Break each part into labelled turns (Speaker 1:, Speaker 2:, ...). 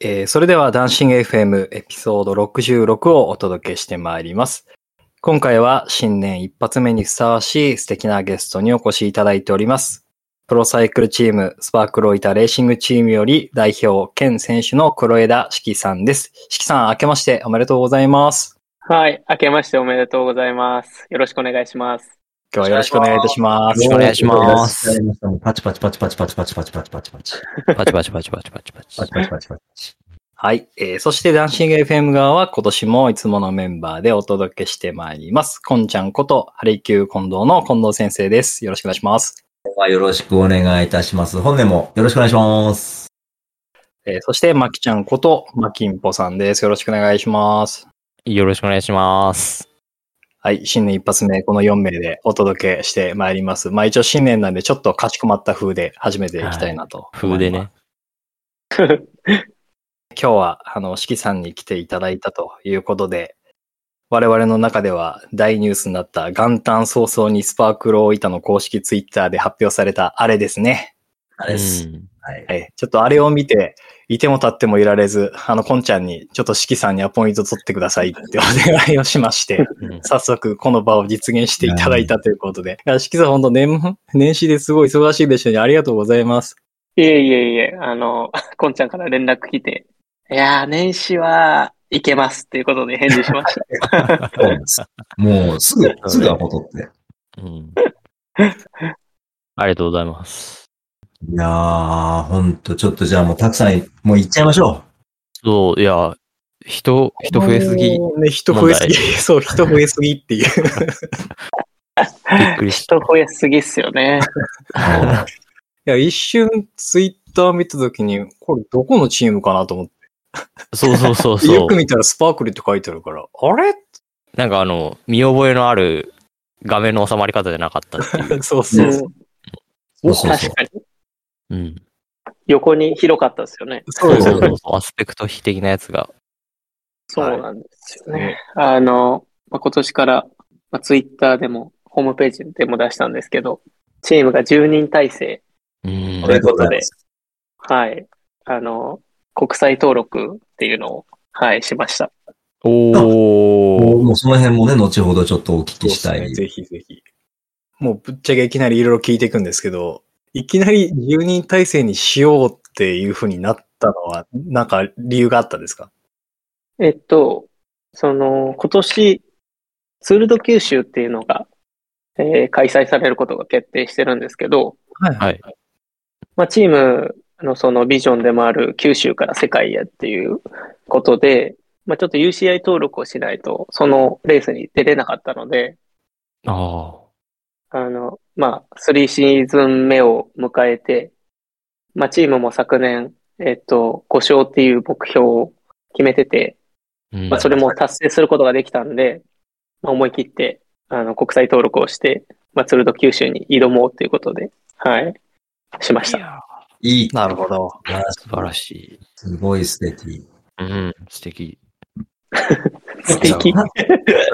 Speaker 1: えーそれでは、ダンシング FM エピソード66をお届けしてまいります。今回は新年一発目にふさわしい素敵なゲストにお越しいただいております。プロサイクルチーム、スパークロイターレーシングチームより代表兼選手の黒枝四季さんです。四季さん、明けましておめでとうございます。
Speaker 2: はい。明けましておめでとうございます。よろしくお願いします。
Speaker 1: 今日はよろしくお願いいたします。
Speaker 3: よろしくお願いします。
Speaker 4: パチパチパチパチパチパチパチパチパチパチ
Speaker 3: パチパチパチパチパチパチ
Speaker 4: パチ。パチパチパチ。
Speaker 1: はい。えーそして、ダンシング FM 側は今年もいつものメンバーでお届けしてまいります。こんちゃんこと、ハリキュー近藤の近藤先生です。よろしくお願いします。
Speaker 4: よろしくお願いいたします。本年もよろしくお願いします。
Speaker 1: えーそして、まきちゃんこと、まきんぽさんです。よろしくお願いします。
Speaker 3: よろしくお願い します。
Speaker 1: はい。新年一発目、この4名でお届けしてまいります。まあ一応新年なんで、ちょっとかしこまった風で始めていきたいなと思います
Speaker 3: 風でね。
Speaker 1: 今日は、あの、しきさんに来ていただいたということで、我々の中では大ニュースになった元旦早々にスパークロー板の公式ツイッターで発表されたあれですね。
Speaker 4: あ
Speaker 3: う
Speaker 4: れです。
Speaker 3: ん。
Speaker 4: はい。
Speaker 1: はい。ちょっとあれを見て、いても立ってもいられず、あの、こんちゃんに、ちょっとしきさんにアポイント取ってくださいってお願いをしま して、
Speaker 3: うん
Speaker 1: 早速この場を実現していただいたということで。いやしきさん、ほんと年、年始ですごい忙しいでしょうね。ありがとうございます。
Speaker 2: いえいえいえ、あの、 こんちゃんから連絡来て、いやー、年始はいけますっていうことで返事しまし
Speaker 4: そうなんです。もうすぐ、すぐアポ取って。
Speaker 3: うん。ありがとうございます。
Speaker 4: いやー、ほんと、ちょっとじゃあもうたくさん、もう行っちゃいましょ
Speaker 3: そう、いや、人、人増えすぎ。び
Speaker 1: もうね、人増えすぎ。そう、人増えすぎっていう。
Speaker 3: っく
Speaker 2: た。
Speaker 3: りした
Speaker 2: 人。増えすぎっすよね。
Speaker 4: う。はい
Speaker 1: や、一瞬ツイッター見たときに、これどこのチームかなと思っ
Speaker 3: そうそうそう
Speaker 1: て、
Speaker 3: そ
Speaker 1: よ
Speaker 3: う
Speaker 1: く。見たらスパークルって書いてあるから、あれ
Speaker 3: なんかあの、見覚えのある画面の収まり方じゃなかったっていう。
Speaker 1: そう
Speaker 2: う
Speaker 1: そ
Speaker 2: ん
Speaker 1: うそう。
Speaker 4: そうそう
Speaker 2: 確
Speaker 4: そう。
Speaker 2: かに。
Speaker 3: うん。
Speaker 2: 横に広かったですよね。
Speaker 1: そ
Speaker 3: そう
Speaker 1: う
Speaker 3: そ
Speaker 1: そうう
Speaker 3: そう。アスペクト比的なやつが。
Speaker 2: そうなんですよね。あの、まあ、今年から、まあ、ツイッターでも、ホームページでも出したんですけど、チームが10人体制
Speaker 3: うん
Speaker 4: お。めでとうございます。
Speaker 2: はい。あの、国際登録っていうのを、はい、しました。
Speaker 3: おー。
Speaker 4: もうその辺もね、後ほどちょっとお聞
Speaker 1: そう
Speaker 4: き
Speaker 1: で
Speaker 4: し
Speaker 1: す
Speaker 4: た
Speaker 1: ね
Speaker 4: い。
Speaker 1: ぜひぜひ。もうぶっちゃけいきなりいろいろ聞いていくんですけど、いきなり10人体制にしようっていう風になったのは、なんか理由があったんですか
Speaker 2: えっと、その、今年、ツールド九州っていうのが、えー開催されることが決定してるんですけど、
Speaker 1: はい
Speaker 3: はい。
Speaker 2: まあ、チームのそのビジョンでもある九州から世界へっていうことで、まあ、ちょっと UCI 登録をしないと、そのレースに出れなかったので、
Speaker 3: あ
Speaker 2: あの、まあ、3シーズン目を迎えて、まあ、チームも昨年、えっと、5勝っていう目標を決めてて、
Speaker 3: ー。うん
Speaker 2: まあ、それも達成することができたんで、まあ、思い切って、あの、国際登録をして、まあ、ツルド九州に挑もうということで、はい、しました。
Speaker 4: いい。
Speaker 1: なるほど。
Speaker 3: 素晴らしい。
Speaker 4: すごい素敵。
Speaker 3: うん。素敵。
Speaker 2: 素敵。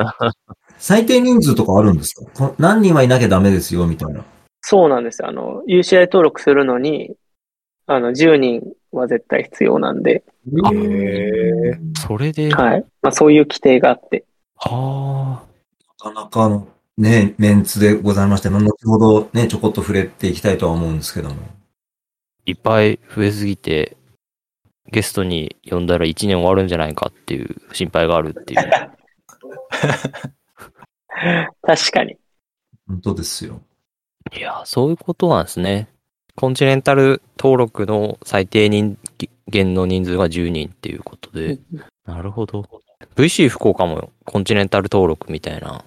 Speaker 4: 最低人数とかあるんですかこ何人はいなきゃダメですよ、みたいな。
Speaker 2: そうなんですよ。あの、UCI 登録するのに、あの、10人は絶対必要なんで、
Speaker 1: へえ。
Speaker 3: それで、は
Speaker 2: はい。まあ、そういう規定があって、
Speaker 3: あ。
Speaker 4: なかなかのね、メンツでございまして、まあ後ほどね、ちょこっと触れていきたいとは思うんですけども。
Speaker 3: いっぱい増えすぎて、ゲストに呼んだら1年終わるんじゃないかっていう心配があるっていう。
Speaker 2: 確かに。
Speaker 4: 本当ですよ。
Speaker 3: いや、そういうことなんですね。コンチネンタル登録の最低人限の人数が10人っていうことで。なるほど。VC 福岡もコンチネンタル登録みたいな、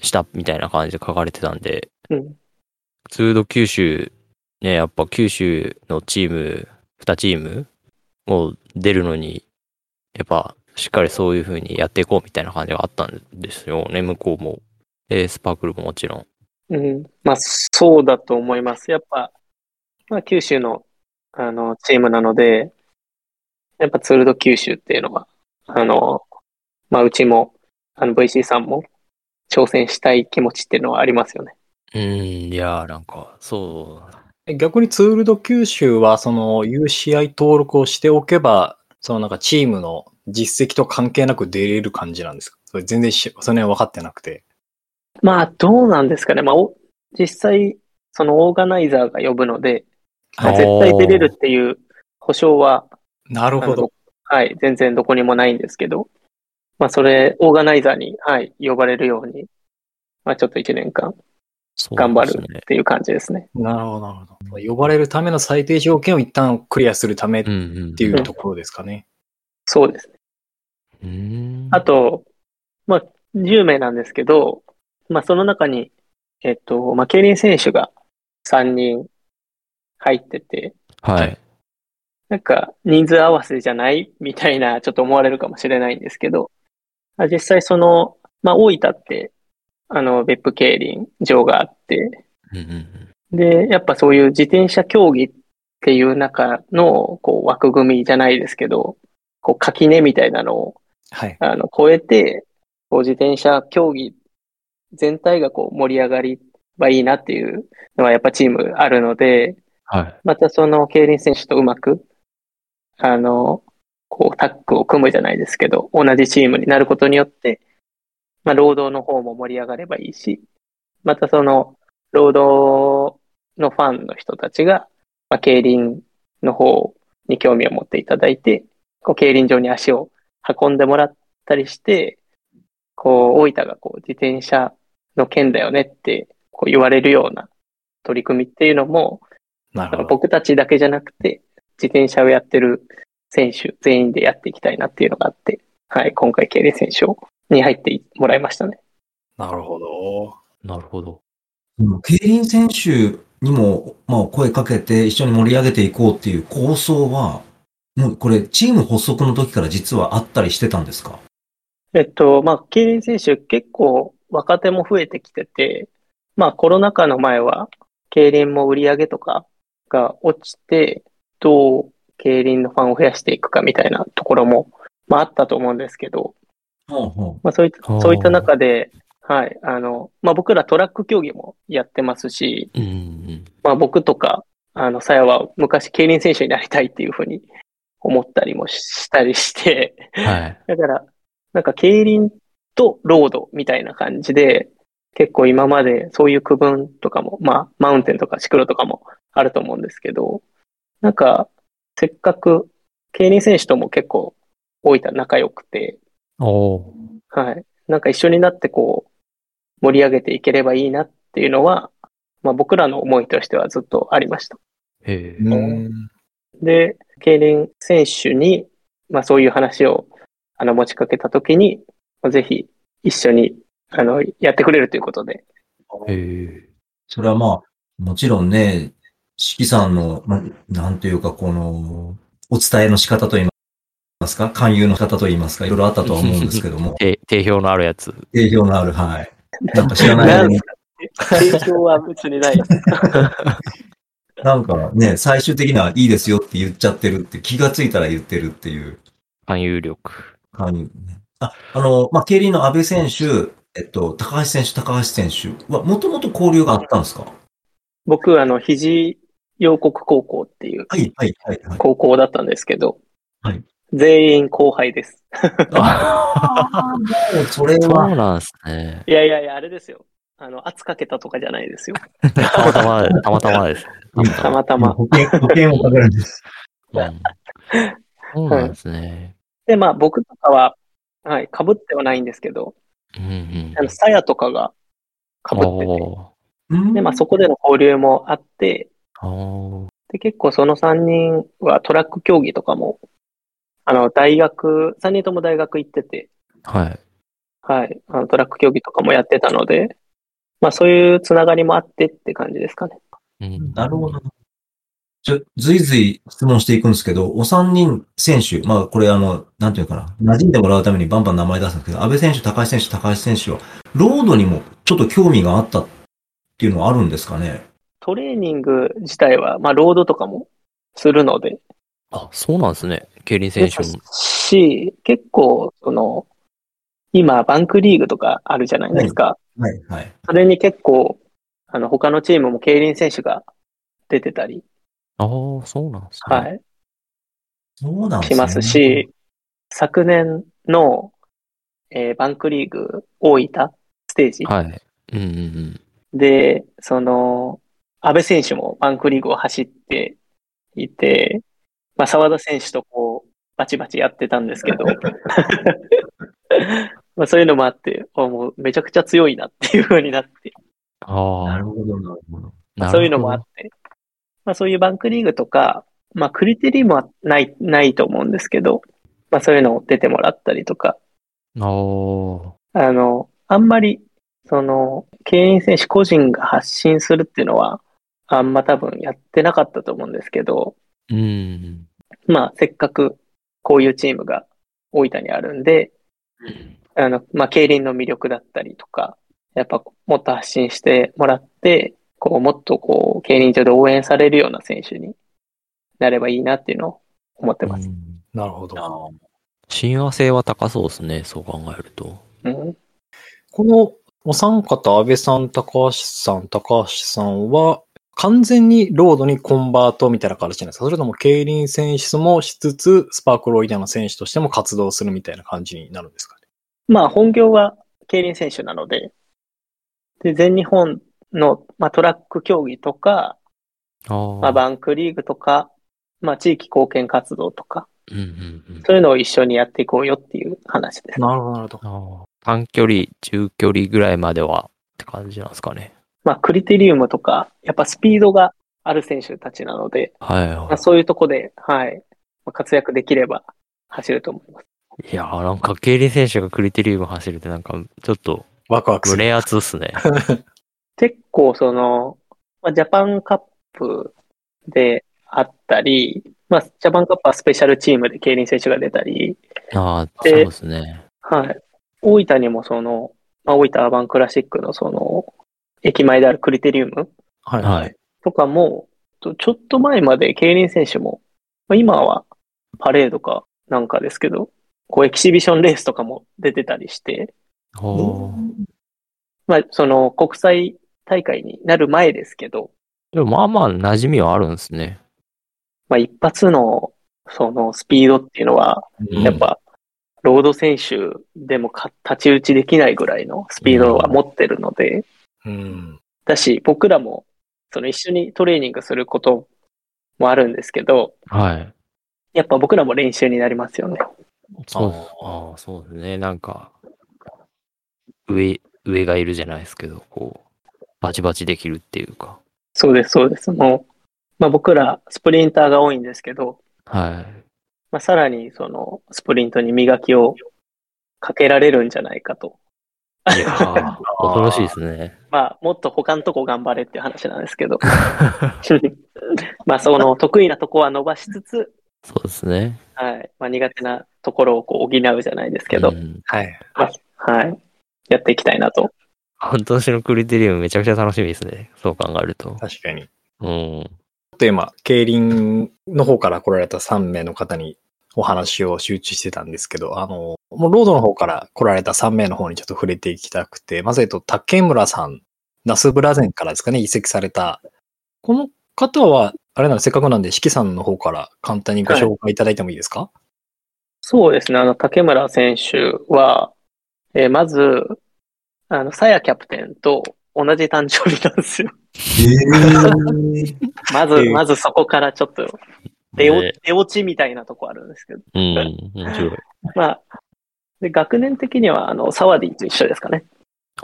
Speaker 3: したみたいな感じで書かれてたんで、
Speaker 2: うん。
Speaker 3: 通度九州、ね、やっぱ九州のチーム、2チームを出るのに、やっぱしっかりそういう風にやっていこうみたいな感じがあったんですよね、向こうも。えースパークルももちろん。
Speaker 2: うん、まあ、そうだと思います。やっぱ、まあ、九州の、あの、チームなので、やっぱツールド九州っていうのは、あの、まあ、うちも、あの、VC さんも、挑戦したい気持ちっていうのはありますよね。
Speaker 3: うん、いやーなんか、そう。
Speaker 1: え逆にツールド九州は、その UCI 登録をしておけば、そのなんかチームの実績と関係なく出れる感じなんですかそれ全然し、その辺分かってなくて。
Speaker 2: まあ、どうなんですかね。まあ、お実際、そのオーガナイザーが呼ぶので、
Speaker 1: あ
Speaker 3: おー
Speaker 2: 絶対出れるっていう保証は、
Speaker 1: なるほど。
Speaker 2: あのはい、全然どこにもないんですけど、まあ、それ、オーガナイザーに、はい、呼ばれるように、まあ、ちょっと一年間っ
Speaker 3: そう
Speaker 2: 頑張る
Speaker 3: ですね
Speaker 2: ていう感じですね。
Speaker 1: なるほど、なるほど。呼ばれるための最低条件を一旦クリアするためっ
Speaker 3: う
Speaker 1: て
Speaker 3: んうん。
Speaker 1: いうところですかね。
Speaker 2: そうですね。
Speaker 3: うーん。
Speaker 2: あと、まあ、10名なんですけど、まあ、その中に、えっと、まあ、競輪選手が3人入ってて、
Speaker 3: はい。
Speaker 2: なんか人数合わせじゃないみたいな、ちょっと思われるかもしれないんですけど、あ実際その、まあ、大分って、あの、別府競輪場があって、
Speaker 3: うんうんうん
Speaker 2: で、やっぱそういう自転車競技っていう中の、こう、枠組みじゃないですけど、こう、垣根みたいなのを、
Speaker 1: はい。
Speaker 2: あの、超えて、こう、自転車競技全体がこう、盛り上がりはいいなっていうのはやっぱチームあるので、
Speaker 3: はい。
Speaker 2: またその競輪選手とうまく、あの、こうタッグを組むじゃないですけど、同じチームになることによって、まあ、労働の方も盛り上がればいいし、またその、労働のファンの人たちが、まあ、競輪の方に興味を持っていただいて、こう競輪場に足を運んでもらったりして、こう、大分がこう自転車の県だよねってこう言われるような取り組みっていうのも、
Speaker 1: な
Speaker 2: だか
Speaker 1: る
Speaker 2: ら
Speaker 1: ほど。
Speaker 2: 僕たちだけじゃなくて、自転車をやってる選手全員でやっていきたいなっていうのがあって、はい、今回、競輪選手をに入ってもらいましたね。
Speaker 1: なるほど。
Speaker 3: なるほど。
Speaker 4: うん競輪選手にも、まあ、声かけて一緒に盛り上げていこうっていう構想は、もうこれ、チーム発足の時から実はあったりしてたんですか
Speaker 2: えっと、まあ、競輪選手結構若手も増えてきてて、まあ、コロナ禍の前は、競輪も売り上げとかが落ちて、どう競輪のファンを増やしていくかみたいなところも、まあ、あったと思うんですけど、まあ、そういっ
Speaker 3: あー
Speaker 2: た、そういった中で、はい、あの、まあ、僕らトラック競技もやってますし、
Speaker 3: うんうん。
Speaker 2: まあ僕とか、あの、さやは昔競輪選手になりたいっていうふうに思ったりもしたりして、
Speaker 3: はい。
Speaker 2: だから、なんか競輪とロードみたいな感じで、結構今までそういう区分とかも、まあマウンテンとかシクロとかもあると思うんですけど、なんか、せっかく競輪選手とも結構大分仲良くて、
Speaker 3: おお。
Speaker 2: はい。なんか一緒になってこう、盛り上げていければいいなっていうのは、まあ僕らの思いとしてはずっとありました。
Speaker 3: へえ。
Speaker 1: うん。
Speaker 2: で、競輪選手に、まあそういう話を、あの、持ちかけたときに、まあぜひ一緒に、あの、やってくれるということで。
Speaker 3: へえ。、
Speaker 4: それはまあ、もちろんね、四季さんの、まあ、なんというか、この、お伝えの仕方といいますか、勧誘の仕方といいますか、いろいろあったとは思うんです けども
Speaker 3: 定定評のあるやつ。
Speaker 4: 定評のある、はい。なんか知らない間
Speaker 2: ん
Speaker 4: に
Speaker 2: すか提供は別にない。
Speaker 4: なんかね、最終的にはいいですよって言っちゃってるって、気がついたら言ってるっていう。
Speaker 3: 勧誘力。
Speaker 4: 勧誘ねあ、あの、まあ、競輪の安倍選手、えっと、高橋選手、高橋選手は、もともと交流があったんですか
Speaker 2: 僕、あの、肘洋国高校っていう
Speaker 4: はい、はい、はい、 はい。
Speaker 2: 高校だったんですけど、
Speaker 4: はい
Speaker 2: 全員後輩です。
Speaker 4: あー もうそれ
Speaker 3: そう
Speaker 4: は、
Speaker 3: なんですね。
Speaker 2: いやいやいや、あれですよ。あの、圧かけたとかじゃないですよ。
Speaker 3: たまたまで、たまた まです。たま
Speaker 2: た
Speaker 3: たま
Speaker 2: またま。
Speaker 4: 保険、保険をかけるんです。
Speaker 3: うんそうなんですね。
Speaker 2: で、まあ僕とかは、はい、被ってはないんですけど、
Speaker 3: うんうん
Speaker 2: あ。の、さやとかが被ってて、
Speaker 3: お
Speaker 2: で、まあそこでの交流もあって、
Speaker 3: ーおー
Speaker 2: で、結構その3人はトラック競技とかも、あの、大学、3人とも大学行ってて、
Speaker 3: はい。
Speaker 2: はい、あのトラック競技とかもやってたので、まあそういうつながりもあってって感じですかね。
Speaker 3: うん
Speaker 4: なるほど。ちょ、ずいずい質問していくんですけど、お三人選手、まあこれあの、なんていうのかな、馴染んでもらうためにバンバン名前出すんですけど、安倍選手、高橋選手、高橋選手は、ロードにもちょっと興味があったっていうのはあるんですかね
Speaker 2: トレーニング自体は、まあロードとかもするので、
Speaker 3: あ、そうなんですね。競輪選手
Speaker 2: で
Speaker 3: も。
Speaker 2: すし、結構、その、今、バンクリーグとかあるじゃないですか。
Speaker 4: はい。はい。
Speaker 2: それに結構、あの、他のチームも競輪選手が出てたり、
Speaker 3: ああ、そうなんですね。
Speaker 2: はい。
Speaker 4: そうなんです
Speaker 2: し
Speaker 4: ね
Speaker 2: ますし、昨年の、えーバンクリーグ大分ステージ
Speaker 3: はい。うんうんうん。
Speaker 2: で、その、安倍選手もバンクリーグを走っていて、まあ、沢田選手とこう、バチバチやってたんですけど、 まあそういうのもあって、あもうめちゃくちゃ強いなっていう風になって、
Speaker 3: あ
Speaker 4: な
Speaker 3: あ
Speaker 4: るほど、なるほど。。
Speaker 3: なるほど
Speaker 2: そういうのもあって、まあそういうバンクリーグとか、まあクリテリもはない、ないと思うんですけど、まあそういうのを出てもらったりとか、
Speaker 3: あ
Speaker 2: あの、あんまり、その、競輪選手個人が発信するっていうのは、あんま多分やってなかったと思うんですけど、
Speaker 3: あ。うん。
Speaker 2: まあ、せっかくこういうチームが大分にあるんで、あの、まあ、競輪の魅力だったりとか、やっぱもっと発信してもらって、こう、もっとこう、競輪場で応援されるような選手になればいいなっていうのを思ってます。
Speaker 3: うん
Speaker 1: なるほど。
Speaker 3: 親和性は高そうですね、そう考えると。
Speaker 2: うん。
Speaker 1: このお三方、安倍さん、高橋さん、高橋さんは、完全にロードにコンバートみたいな形なんですかそれとも競輪選手もしつつ、スパークロイダーの選手としても活動するみたいな感じになるんですかね
Speaker 2: まあ、本業は競輪選手なので、で、全日本の、まあ、トラック競技とか、
Speaker 3: あ
Speaker 2: まあ、バンクリーグとか、まあ、地域貢献活動とか、
Speaker 3: うんうんうん。
Speaker 2: そういうのを一緒にやっていこうよっていう話です。
Speaker 1: なるほど、なるほど。
Speaker 3: ああ短距離、中距離ぐらいまではって感じなんですかね。
Speaker 2: まあ、クリテリウムとか、やっぱスピードがある選手たちなので、
Speaker 3: はい
Speaker 2: ま
Speaker 3: は
Speaker 2: あ、そういうとこで、はい、まあ活躍できれば走ると思います。
Speaker 3: い。いやー、なんか競輪選手がクリテリウム走るってなんか、ちょっと
Speaker 1: ワクワクする。
Speaker 3: 胸熱っす ね。
Speaker 2: 結構、その、まあ、ジャパンカップであったり、まあ、ジャパンカップはスペシャルチームで競輪選手が出たり、
Speaker 3: ああ、そう
Speaker 2: で
Speaker 3: ですね。
Speaker 2: はい。大分にもその、まあ、大分アーバンクラシックのその、駅前であるクリテリウム
Speaker 1: はい。
Speaker 3: はい。
Speaker 2: とかも、とちょっと前まで競輪選手も、まあ、今はパレードかなんかですけど、こうエキシビションレースとかも出てたりして、
Speaker 3: おー
Speaker 2: まあ、その国際大会になる前ですけど、
Speaker 3: でもまあまあ馴染みはあるんですね。
Speaker 2: まあ、一発のそのスピードっていうのは、
Speaker 3: うん
Speaker 2: やっぱ、ロード選手でもか太刀打ちできないぐらいのスピードは持ってるので、
Speaker 1: うん。
Speaker 2: だし、僕らも、その一緒にトレーニングすることもあるんですけど、
Speaker 3: はい。
Speaker 2: やっぱ僕らも練習になりますよね。
Speaker 3: そう
Speaker 1: あ
Speaker 3: ああ、そうですね。なんか、上、上がいるじゃないですけど、こう、バチバチできるっていうか。
Speaker 2: そうです、そうです。もう、まあ僕らスプリンターが多いんですけど、
Speaker 3: はい。
Speaker 2: まあさらにそのスプリントに磨きをかけられるんじゃないかと。
Speaker 3: いや ー、恐ろしいですね。
Speaker 2: まあもっと他のとこ頑張れっていう話なんですけ ど。 まあその得意なとこは伸ばしつつ、
Speaker 3: そうですね。
Speaker 2: はい。まあ苦手なところをこう補うじゃないですけど、
Speaker 3: うん
Speaker 1: はい。
Speaker 2: はい。やっていきたいなと。
Speaker 3: 半年のクリテリウムめちゃくちゃ楽しみですね。そう考えると。
Speaker 1: 確かに。ち
Speaker 3: うん。
Speaker 1: ょっと今、競輪の方から来られた3名の方にお話を集中してたんですけど、あの、もうロードの方から来られた3名の方にちょっと触れていきたくて、まず、えっと、竹村さん、ナスブラゼンからですかね、移籍された。この方は、あれならせっかくなんで、四季さんの方から簡単にご紹介いただいてもいいですか、
Speaker 2: そうですね。あの、竹村選手は、えーまず、あの、さやキャプテンと同じ誕生日なんですよ。
Speaker 4: ええ
Speaker 2: まず、
Speaker 1: えー
Speaker 2: まずそこからちょっと出お
Speaker 3: ね
Speaker 2: 出落ちみたいなとこあるんですけど。
Speaker 3: うん。面白い。
Speaker 2: まあ、で学年的には、あの、サワディと一緒ですかね。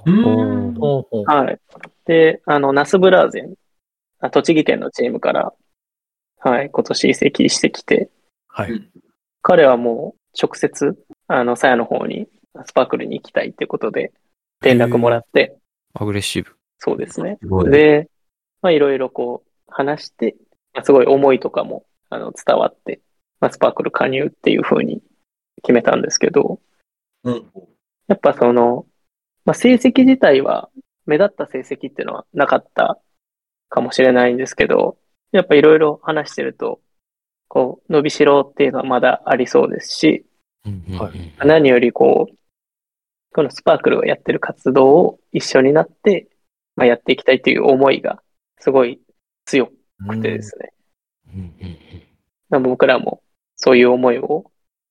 Speaker 4: うん
Speaker 3: おー
Speaker 1: ほうほう
Speaker 2: はい。で、あの、ナスブラーゼン、あ栃木県のチームから、はい、今年移籍してきて、
Speaker 1: はい。
Speaker 2: 彼はもう直接、あの、さやの方に、スパークルに行きたいってことで、連絡もらって、
Speaker 3: アグレッシブ。
Speaker 2: そうですね。
Speaker 4: すごい。
Speaker 2: で、まあ、いろいろこう、話して、まあ、すごい思いとかも、あの、伝わって、まあ、スパークル加入っていう風に決めたんですけど、
Speaker 4: うん
Speaker 2: やっぱその、まあ、成績自体は、目立った成績っていうのはなかったかもしれないんですけど、やっぱいろいろ話してると、こう、伸びしろっていうのはまだありそうですし、
Speaker 3: うんうんうん
Speaker 1: はい
Speaker 2: 何よりこう、このスパークルがやってる活動を一緒になって、まあ、やっていきたいという思いが、すごい強くてですね。
Speaker 3: うんうんうん
Speaker 2: まあ僕らもそういう思いを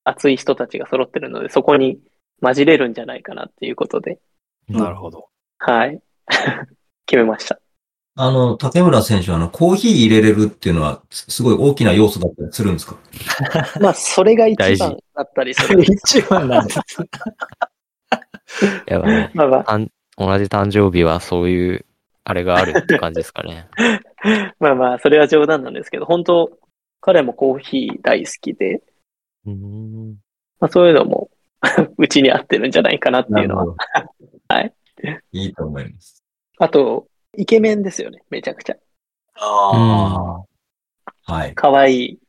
Speaker 2: 熱い人たちが揃ってるので、そこに混じれるんじゃないかなっていうことで、
Speaker 1: なるほ ど。
Speaker 2: はい。 決めました。
Speaker 4: あの、竹村選手は、あの、コーヒー入れれるっていうのは、すすごい大きな要素だったりするんですか
Speaker 2: まあ、それが一
Speaker 3: 大
Speaker 2: 番
Speaker 3: 事
Speaker 2: だったりする。
Speaker 1: 一番なんです。
Speaker 3: やば い。
Speaker 2: まあまあ、
Speaker 3: あん同じ誕生日はそういう、あれがあるって感じですかね。
Speaker 2: まあまあ、それは冗談なんですけど、本当彼もコーヒー大好きで、
Speaker 3: うーん。
Speaker 2: まあ、そういうのも うちに合ってるんじゃないかなっていうのは。
Speaker 4: ど。
Speaker 2: はい。
Speaker 4: いいと思います。
Speaker 2: あと、イケメンですよね、めちゃくちゃ。
Speaker 4: ああ。はい。
Speaker 2: 可愛い、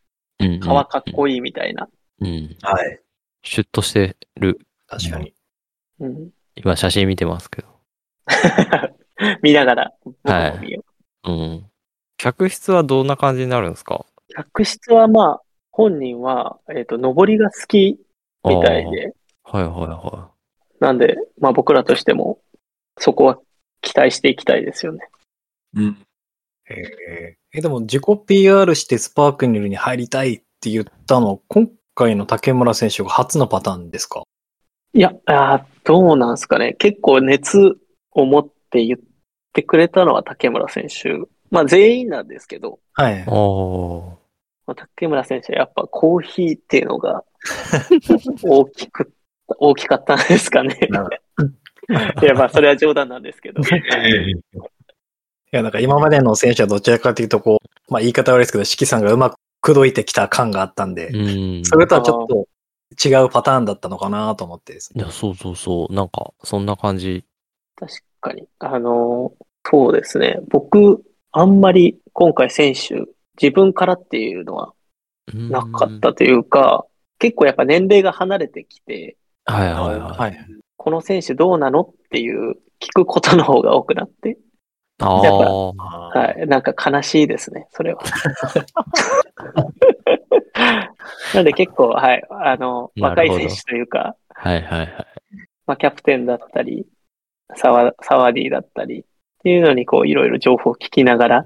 Speaker 3: うんうん。
Speaker 2: 顔かっこいいみたいな。
Speaker 3: うん。
Speaker 4: はい。
Speaker 3: シュッとしてる。
Speaker 1: 確かに。
Speaker 2: うん、
Speaker 3: 今写真見てますけど。
Speaker 2: 見ながら、僕
Speaker 3: はい
Speaker 2: も見よ
Speaker 3: うん。客室はどんな感じになるんですか
Speaker 2: う。客室はまあ、本人は、えっ、と、登りが好きみたいで、
Speaker 3: あーはいはいは
Speaker 2: なんで、まあ僕らとしても、そこは期待していきたいですよね。
Speaker 4: うん。
Speaker 1: えーえでも自己 PR してスパークニルに入りたいって言ったの、今回の竹村選手が初のパターンですか
Speaker 2: いや、あーどうなんですかね。結構熱を持って言ってくれたのは竹村選手。まあ全員なんですけど、
Speaker 1: はい
Speaker 3: い。。お
Speaker 2: まあ竹村選手はやっぱコーヒーっていうのが 大きく、大きかったんですかね。 いや、まあそれは冗談なんですけ ど。
Speaker 1: いや、なんか今までの選手はどちらかというと、こう、まあ言い方悪いですけど、四季さんがうまく口説いてきた感があったんで、
Speaker 3: うん。
Speaker 1: それとはちょっと違うパターンだったのかなと思ってです
Speaker 3: い
Speaker 1: ね。
Speaker 3: や、そうそうそう。なんか、そんな感じ。
Speaker 2: 確かに。あのー、そうですね。僕、あんまり今回選手、自分からっていうのはな
Speaker 3: な
Speaker 2: かっ。たというか、結構やっぱ年齢が離れてきて、
Speaker 3: はいはいはい。
Speaker 1: はい。
Speaker 2: この選手どうなのっていう聞くことの方が多くなって、
Speaker 3: あ
Speaker 2: やっ
Speaker 3: あ。
Speaker 1: は
Speaker 2: は。い、なんか悲しいですね、それは。 なんで結構、はい、あの、
Speaker 3: な
Speaker 2: 若
Speaker 3: る
Speaker 2: い
Speaker 3: ほど
Speaker 2: 選手というか、
Speaker 3: はいはい はい。
Speaker 2: まあ、キャプテンだったり、サワ、サワディだったりっていうのにこういろいろ情報を聞きながら、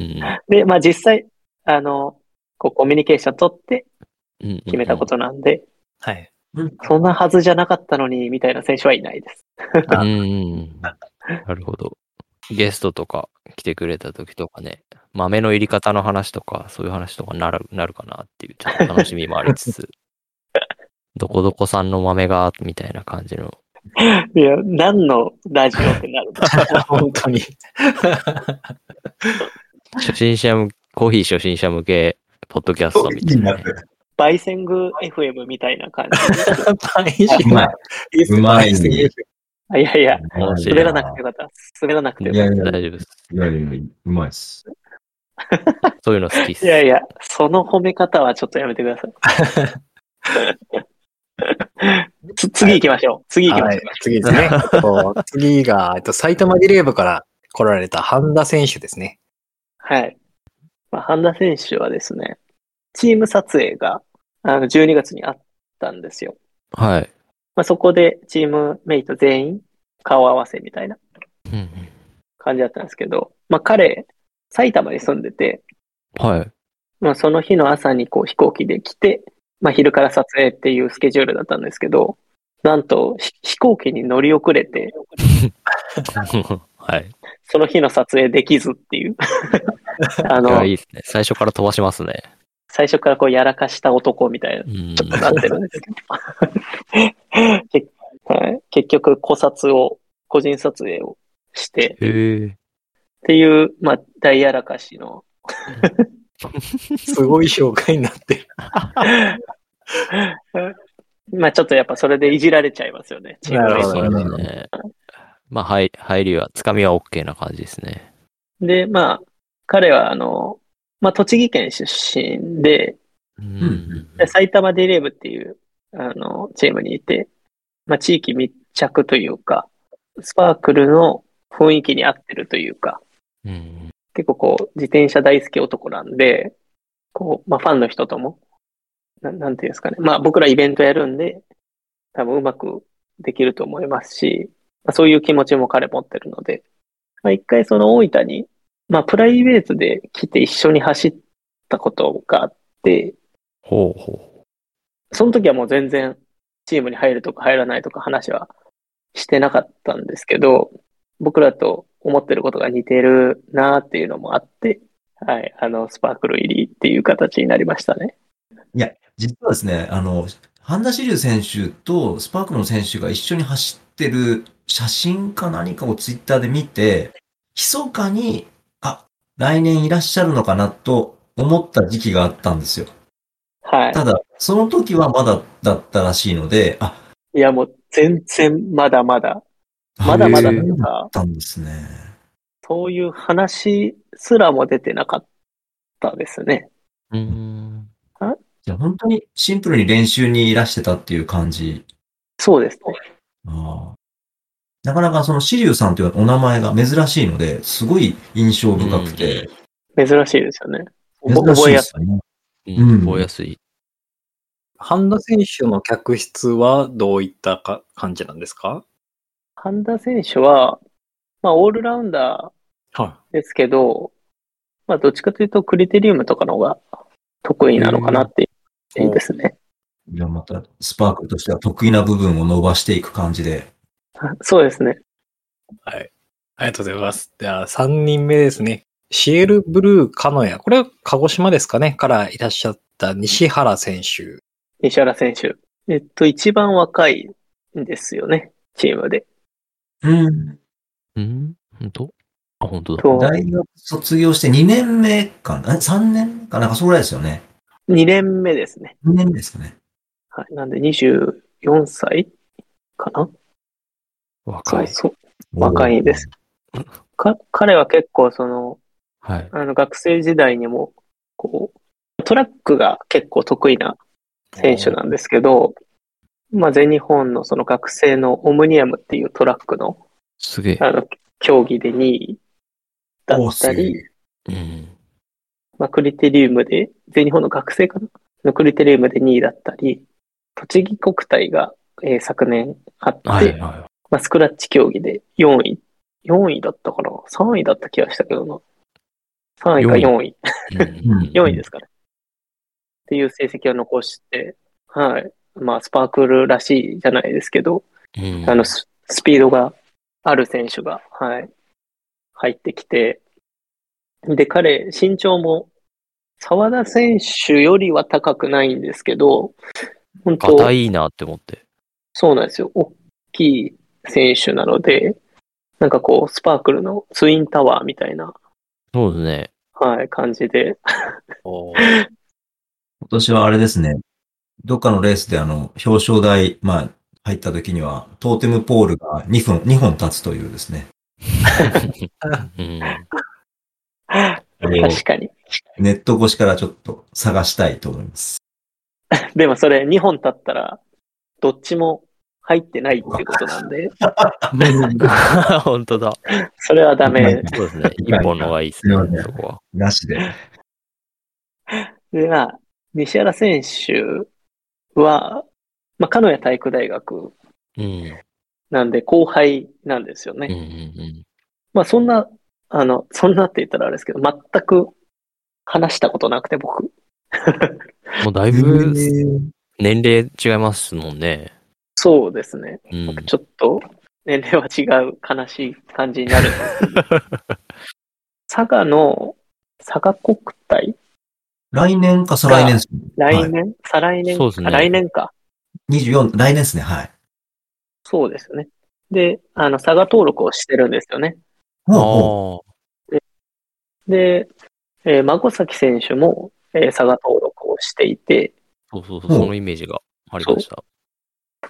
Speaker 3: うん
Speaker 2: で、まあ実際、あの、こうコミュニケーション取って
Speaker 3: うんうん
Speaker 2: 決めたことなんで、
Speaker 1: はい。
Speaker 4: うん
Speaker 2: そんなはずじゃなかったのに、みたいな選手はいないです。
Speaker 1: た
Speaker 3: うんうん。なるほど。ゲストとか来てくれた時とかね、豆の入り方の話とか、そういう話とかなるなるかなっていう、ちょっと楽しみもありつ つ、どこどこさんの豆が、みたいな感じの。
Speaker 2: いや、何のラジオってなるん だ
Speaker 1: 本当に。
Speaker 3: 初心者向コーヒー初心者向け、ポッドキャストみたいなね、
Speaker 2: バイセング FM みたいな感じ。
Speaker 1: 大事
Speaker 4: うまい。うまい
Speaker 2: あいやいや、
Speaker 4: うまい
Speaker 2: 滑らなくてよかった。滑らなくてよ
Speaker 4: い
Speaker 2: かっ
Speaker 4: やいや、
Speaker 3: 大
Speaker 4: い
Speaker 3: 丈夫です。
Speaker 4: やいや、うまいっす。
Speaker 3: そういうの好きです。
Speaker 2: た。いやいや、その褒め方はちょっとやめてください。つ次行きましょう。次行きま
Speaker 1: は
Speaker 2: し
Speaker 1: い
Speaker 2: ょ、
Speaker 1: 次ですね。えっと次が、えっと、埼玉ディレーブから来られた半田選手ですね。
Speaker 2: う。はい。まあ、半田選手はですね、チーム撮影があの12月にあったんですよ。
Speaker 3: はい。
Speaker 2: まあ、そこでチームメイト全員顔合わせみたいな
Speaker 3: うんうん
Speaker 2: 感じだったんですけど、まあ、彼、埼玉に住んでて、
Speaker 3: はい。
Speaker 2: まあ、その日の朝にこう飛行機で来て、まあ、昼から撮影っていうスケジュールだったんですけど、なんとひ飛行機に乗り遅れて、
Speaker 3: はい。
Speaker 2: その日の撮影できずって いう。あ
Speaker 3: いや
Speaker 2: の
Speaker 3: い、いですね。最初から飛ばしますね。
Speaker 2: 最初からこうやらかした男みたいな、
Speaker 3: うん
Speaker 2: ちょっとなってるん ですけど。けはい、結局、個撮を、個人撮影をして、
Speaker 3: へえ。
Speaker 2: っていう、まあ、大やらかしの、
Speaker 1: すごい紹介になってる。
Speaker 2: まあ、ちょっとやっぱそれでいじられちゃいますよね。チームメイトに
Speaker 1: なるほど
Speaker 3: そうですね。まあ、はい、入りは、つかみは OK な感じですね。
Speaker 2: で、まあ、彼は、あの、まあ、栃木県出身で、
Speaker 3: うんん。
Speaker 2: で埼玉ディレーブっていう、あの、チームにいて、まあ、地域密着というか、スパークルの雰囲気に合ってるというか、
Speaker 3: うん。
Speaker 2: 結構こう、自転車大好き男なんで、こう、まあ、ファンの人とも、ななんていうんですかね。まあ、僕らイベントやるんで、多分うまくできると思いますし、まあ、そういう気持ちも彼持ってるので、まあ、一回その大分に、まあ、プライベートで来て一緒に走っったことがあって、
Speaker 3: ほうほう。
Speaker 2: その時はもう全然チームに入るとか入らないとか話はしてなかったんですけど、僕らと思ってることが似てるなっていうのもあって、はい、あの、スパークル入りっていう形になりましたね。
Speaker 4: 実はですね、あの、半田志龍選手とスパークの選手が一緒に走ってる写真か何かをツイッターで見て、密かに、あ、来年いらっしゃるのかなと思った時期があったんですよ。
Speaker 2: はい。
Speaker 4: ただ、その時はまだだったらしいので、あ、
Speaker 2: いや、もう全然まだまだ、まだまだという
Speaker 4: だっ
Speaker 2: か、
Speaker 4: たんですね。
Speaker 2: そういう話すらも出てなかったですね。
Speaker 3: うーん。
Speaker 4: じゃあ本当にシンプルに練習にいらしてたっていう感じ。
Speaker 2: そうですね。
Speaker 4: ああなかなかその志龍さんというお名前が珍しいので、すごい印象深くて、
Speaker 2: 珍しいですよね。
Speaker 4: 珍し
Speaker 2: 覚え
Speaker 4: い
Speaker 2: や
Speaker 4: ですすよね。
Speaker 3: うん
Speaker 4: うん
Speaker 3: 覚えやすい。
Speaker 1: 半田選手の客室はどういったか感じなんですか
Speaker 2: 半田選手は、まあ、オールラウンダー、
Speaker 1: は
Speaker 2: ですけど、まあ、どっちかというと、クリテリウムとかの方が得意なのかなっていう点ですね。
Speaker 4: いや、また、スパークルとしては得意な部分を伸ばしていく感じで。
Speaker 2: そうですね。
Speaker 1: はい。ありがとうございます。では、3人目ですね。シエルブルーカノヤ。これは鹿児島ですかねからいらっしゃった西原選手。
Speaker 2: 西原選手。えっと、一番若いんですよね。チームで。
Speaker 4: うん。
Speaker 3: うん本当あ、本当だ。
Speaker 2: と、
Speaker 4: 大学卒業して2年目かな ?3 年目かなんかそこらいですよね。
Speaker 2: 2年目ですね。
Speaker 4: 2年目ですかね。
Speaker 2: はい。なんで、24歳かな、
Speaker 3: 若い。
Speaker 2: そうそう。若いです。か彼は結構、その、
Speaker 3: はい。
Speaker 2: あの、学生時代にも、こう、トラックが結構得意な選手なんですけど、まあ、全日本のその学生のオムニアムっていうトラックの
Speaker 3: すげえ。
Speaker 2: あの競技で2位だ
Speaker 4: おー
Speaker 2: った
Speaker 4: すげ
Speaker 2: り
Speaker 4: え、
Speaker 3: うん。
Speaker 2: まあ、クリテリウムで、全日本の学生かなのクリテリウムで2位だったり、栃木国体が、えー昨年あって、
Speaker 3: はいはいはい。
Speaker 2: まあ、スクラッチ競技で4位、4位だったかな ?3 位だった気がしたけどな。3位か4位。
Speaker 3: うん
Speaker 2: 4位ですかね。っていう成績を残して、はい。まあ、スパークルらしいじゃないですけど、
Speaker 3: うん
Speaker 2: あの、ススピードがある選手が、はい、入ってきて、で、彼、身長も、沢田選手よりは高くないんですけど、本
Speaker 3: 硬
Speaker 2: 当、
Speaker 3: いなって思って。
Speaker 2: そうなんですよ。大きい選手なので、なんかこう、スパークルのツインタワーみたいな、
Speaker 3: そうですね。
Speaker 2: はい、感じで、
Speaker 1: おー
Speaker 4: 今年はあれですね。どっかのレースであの、表彰台、まあ、入った時には、トーテムポールが2分、2本立つというですね。
Speaker 3: うん。
Speaker 4: あれを
Speaker 2: 確かに。
Speaker 4: ネット越しからちょっと探したいと思います。
Speaker 2: でもそれ、2本経ったら、どっちも入ってないってことなんで、
Speaker 3: 本当だ。
Speaker 2: それはダメ
Speaker 3: そうですね。一本の方がいいです
Speaker 4: す
Speaker 3: ね
Speaker 4: いませ、ん
Speaker 3: そこは。
Speaker 4: なしで。
Speaker 2: で、まあ、西原選手は、まあ、鹿屋体育大学
Speaker 3: うん。
Speaker 2: なんで後輩なんですよね。
Speaker 3: うんうん
Speaker 2: まあ、そんな、あの、そんなって言ったらあれですけど、全く話したことなくて、僕。
Speaker 3: うんもうだいぶ年齢違いますもんね。
Speaker 2: そうですね。
Speaker 3: うん。
Speaker 2: ちょっと、年齢は違う悲しい感じになるんですけど。 佐賀の、佐賀国体
Speaker 4: 来年か再来年ですね。
Speaker 2: 来年、再来年
Speaker 3: そうで
Speaker 2: か、
Speaker 3: すね
Speaker 2: 来年か。
Speaker 4: 24、来年ですね。はい。
Speaker 2: そうですね。で、あの、佐賀登録をしてるんですよね。
Speaker 4: ほうほ
Speaker 3: あ
Speaker 2: で、えー、孫崎選手も、えー佐賀登録をしていて、
Speaker 3: あ、そうそうそう、そのイメージがありました。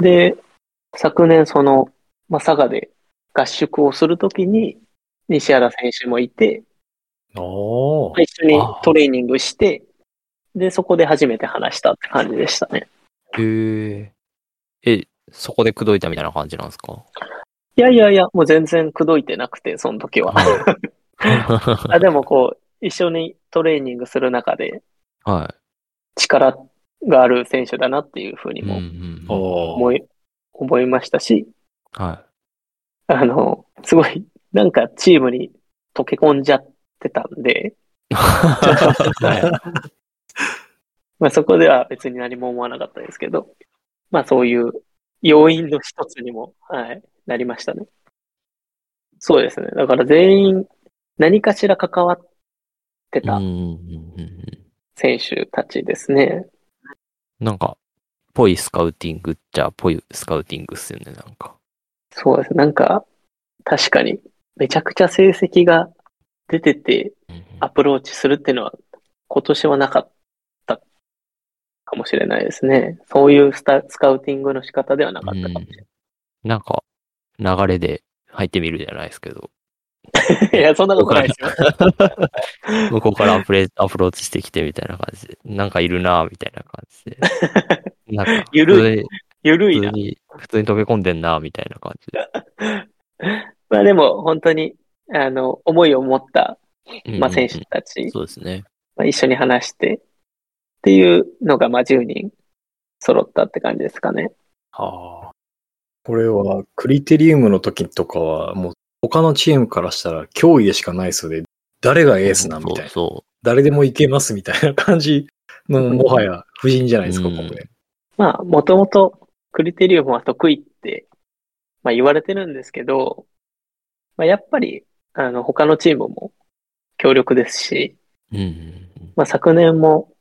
Speaker 2: で、昨年その、まあ、佐賀で合宿をするときに、西原選手もいて、
Speaker 1: おー
Speaker 2: 一緒に
Speaker 3: あー
Speaker 2: トレーニングして、で、そこで初めて話したって感じでしたね。
Speaker 3: へえ。え、そこで口説いたみたいな感じなんですか
Speaker 2: いやいやいや、もう全然口説いてなくて、その時は。
Speaker 3: は
Speaker 2: あでもこう、一緒にトレーニングする中で、
Speaker 3: い。は
Speaker 2: 力がある選手だなっていうふうに
Speaker 3: い。うん
Speaker 2: も
Speaker 3: うんうん
Speaker 1: お
Speaker 2: 思
Speaker 1: ー
Speaker 2: い、思いましたし、
Speaker 3: は
Speaker 2: あの、すごい、なんかチームに溶け込んじゃってたんで、
Speaker 3: は
Speaker 2: まあそこでは別に何も思わなかったですけど、まあそういう要因の一つにも、はい、なりましたね。そうですね。だから全員何かしら関わって
Speaker 3: い。うんう
Speaker 2: た
Speaker 3: んうんうん
Speaker 2: 選手たちですね。
Speaker 3: なんか、ぽいスカウティングっちゃ、ぽいスカウティングっすよね、なんか。
Speaker 2: そうです。なんか、確かにめちゃくちゃ成績が出てて
Speaker 3: うん
Speaker 2: アプローチするっていうのは今年はなかったかもしれないですね。そういうスタスカウティングの仕方ではなかったかもしれない。
Speaker 3: なんか、流れで入ってみるじゃないですけど、
Speaker 2: いや、そんなことないですよ。
Speaker 3: 向こうからアプレアプローチしてきてみたいな感じで、なんかいるなぁみたいな感じ で。なんか
Speaker 2: ゆる
Speaker 3: い。
Speaker 2: ゆるい
Speaker 3: 普通
Speaker 2: な。
Speaker 3: に、普通に飛び込んでんなぁみたいな感じで
Speaker 2: まあでも、本当に、あの、思いを持った、。
Speaker 3: うんうんう ん
Speaker 2: まあ選手たち、
Speaker 3: そうですね。
Speaker 2: まあ、一緒に話して、っていうのが、まあ10人揃ったって感じですかね。
Speaker 3: はあ。
Speaker 1: これは、クリテリウムの時とかは、もう、他のチームからしたら脅威でしかないそうで、誰がエースなんみたいな。
Speaker 3: そう
Speaker 1: 誰でもいけますみたいな感じの、もはや、夫人じゃないですか、
Speaker 3: うん
Speaker 1: ここで。
Speaker 2: まあ、もともとクリテリウムは得意って、まあ言われてるんですけど、まあやっぱり、あの、他のチームも強力ですし、
Speaker 3: そう。うんうんうん。
Speaker 2: まあ、昨年も、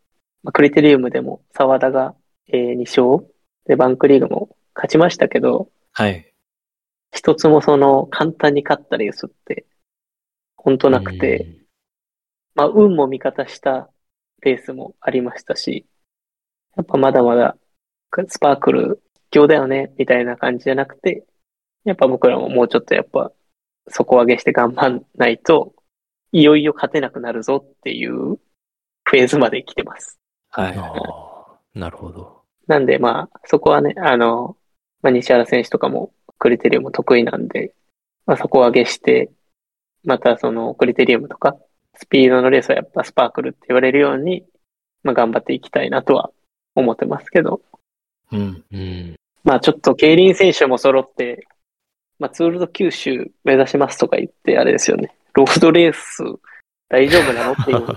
Speaker 2: まあクリテリウムでも沢田が、えー2勝でバンクリーグも勝ちましたけど、
Speaker 1: はい。
Speaker 2: 一つもその簡単に勝ったレースって本当なくて、まあ、運も味方したレースもありましたし、やっぱまだまだスパークル強だよね、みたいな感じじゃなくて、やっぱ僕らももうちょっとやっぱ底上げして頑張んないと、いよいよ勝てなくなるぞっていうフェーズまで来てます。
Speaker 1: は
Speaker 3: う
Speaker 1: い
Speaker 3: ん。。ああ、なるほど。
Speaker 2: なんでまあ、そこはね、あの、まあ、西原選手とかもクリテリウム得意なんで、まあ、底上げして、またそのクリテリウムとか、スピードのレースはやっぱスパークルって言われるように、まあ、頑張っていきたいなとは思ってますけど、
Speaker 1: うん。
Speaker 3: うん。
Speaker 2: まあちょっと競輪選手も揃って、まあツールド九州目指しますとか言って、あれですよね。ロードレース大丈夫なのっていう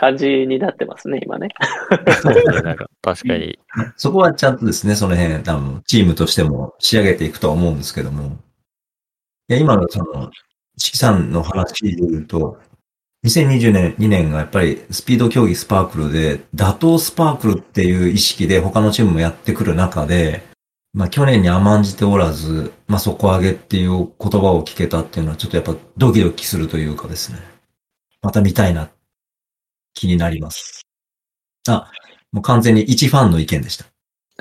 Speaker 2: 感じになってますね、今ね。
Speaker 3: そうですねなんか 確かに。
Speaker 4: そこはちゃんとですね、その辺、多分、チームとしても仕上げていくとは思うんですけども。いや、今のその、四季さんの話で言うと、2020年、2年がやっぱりスピード競技スパークルで、打倒スパークルっていう意識で他のチームもやってくる中で、まあ去年に甘んじておらず、まあ底上げっていう言葉を聞けたっていうのはちょっとやっぱドキドキするというかですね。また見たいな、気になります。あ、もう完全に一ファンの意見でした。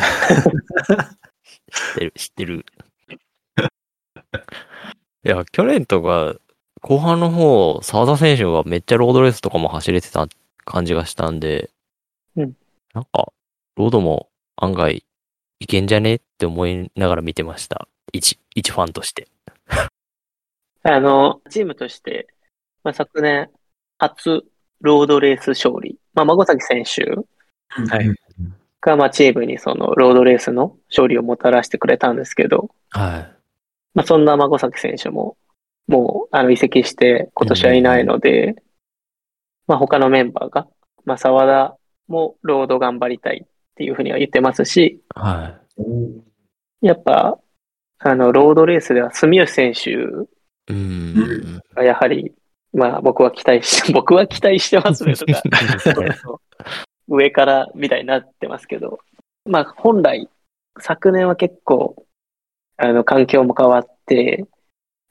Speaker 3: 知ってる、知ってる。いや、去年とか、後半の方、澤田選手がめっちゃロードレースとかも走れてた感じがしたんで、
Speaker 2: うん
Speaker 3: なんか、ロードも案外、いけんじゃねって思いながら見てました。一、一ファンとして。
Speaker 2: あの、チームとして、まあ、昨年、初ロードレース勝利。まあ、孫崎選手
Speaker 1: はい。
Speaker 2: が、まあ、チームにそのロードレースの勝利をもたらしてくれたんですけど、
Speaker 3: はい。
Speaker 2: まあ、そんな孫崎選手も、もう、あの、移籍して、今年はいないので、まあ、他のメンバーが、まあ、沢田もロード頑張りたいっていうふうには言ってますし、
Speaker 3: は
Speaker 2: やっぱ、あの、ロードレースでは住吉選手
Speaker 3: い。う
Speaker 4: う
Speaker 3: ーん。
Speaker 2: やはり、まあ僕は期待し、 僕は期待してますねとか、上からみたいになってますけど、まあ本来、昨年は結構、あの、環境も変わって、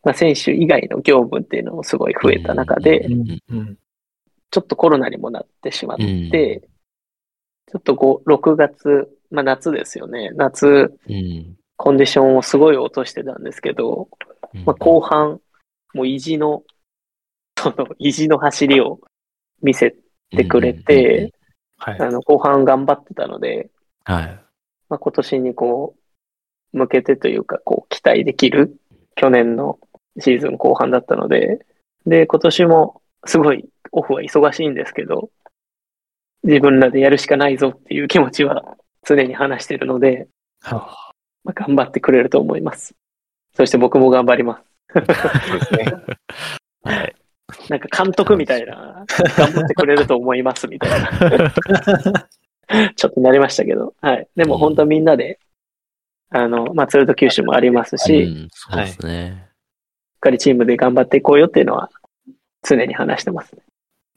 Speaker 2: まあ選手以外の業務っていうのもすごい増えた中で
Speaker 3: う、ん。
Speaker 1: うん。
Speaker 2: ちょっとコロナにもなってしまっ
Speaker 3: うん
Speaker 2: て、ちょっとこう6月、まあ夏ですよね。夏、
Speaker 3: うん。
Speaker 2: コンディションをすごい落としてたんですけど、
Speaker 3: うん
Speaker 2: まあ、後半、もう意地の、その意地の走りを見せ、てくれて、
Speaker 1: はい。
Speaker 2: あの、後半頑張ってたので、
Speaker 3: うんはい。
Speaker 2: まあ、今年にこう、向けてというか、こう、期待できる、去年のシーズン後半だったので、で、今年も、すごい、オフは忙しいんですけど、自分らでやるしかないぞっていう気持ちは常に話してるので、
Speaker 1: は
Speaker 2: まあ、頑張ってくれると思います。そして僕も頑張ります。
Speaker 1: あそうですね
Speaker 3: はい。
Speaker 2: なんか監督みたいな、頑張ってくれると思いますみたいな。ちょっとなりましたけど、はい。でも本当みんなで、あの、まあ、ツールド九州もありますし、しっ
Speaker 3: ん、そうですね。
Speaker 2: かりチームで頑張っていこうよっていうのは、常に話してますね。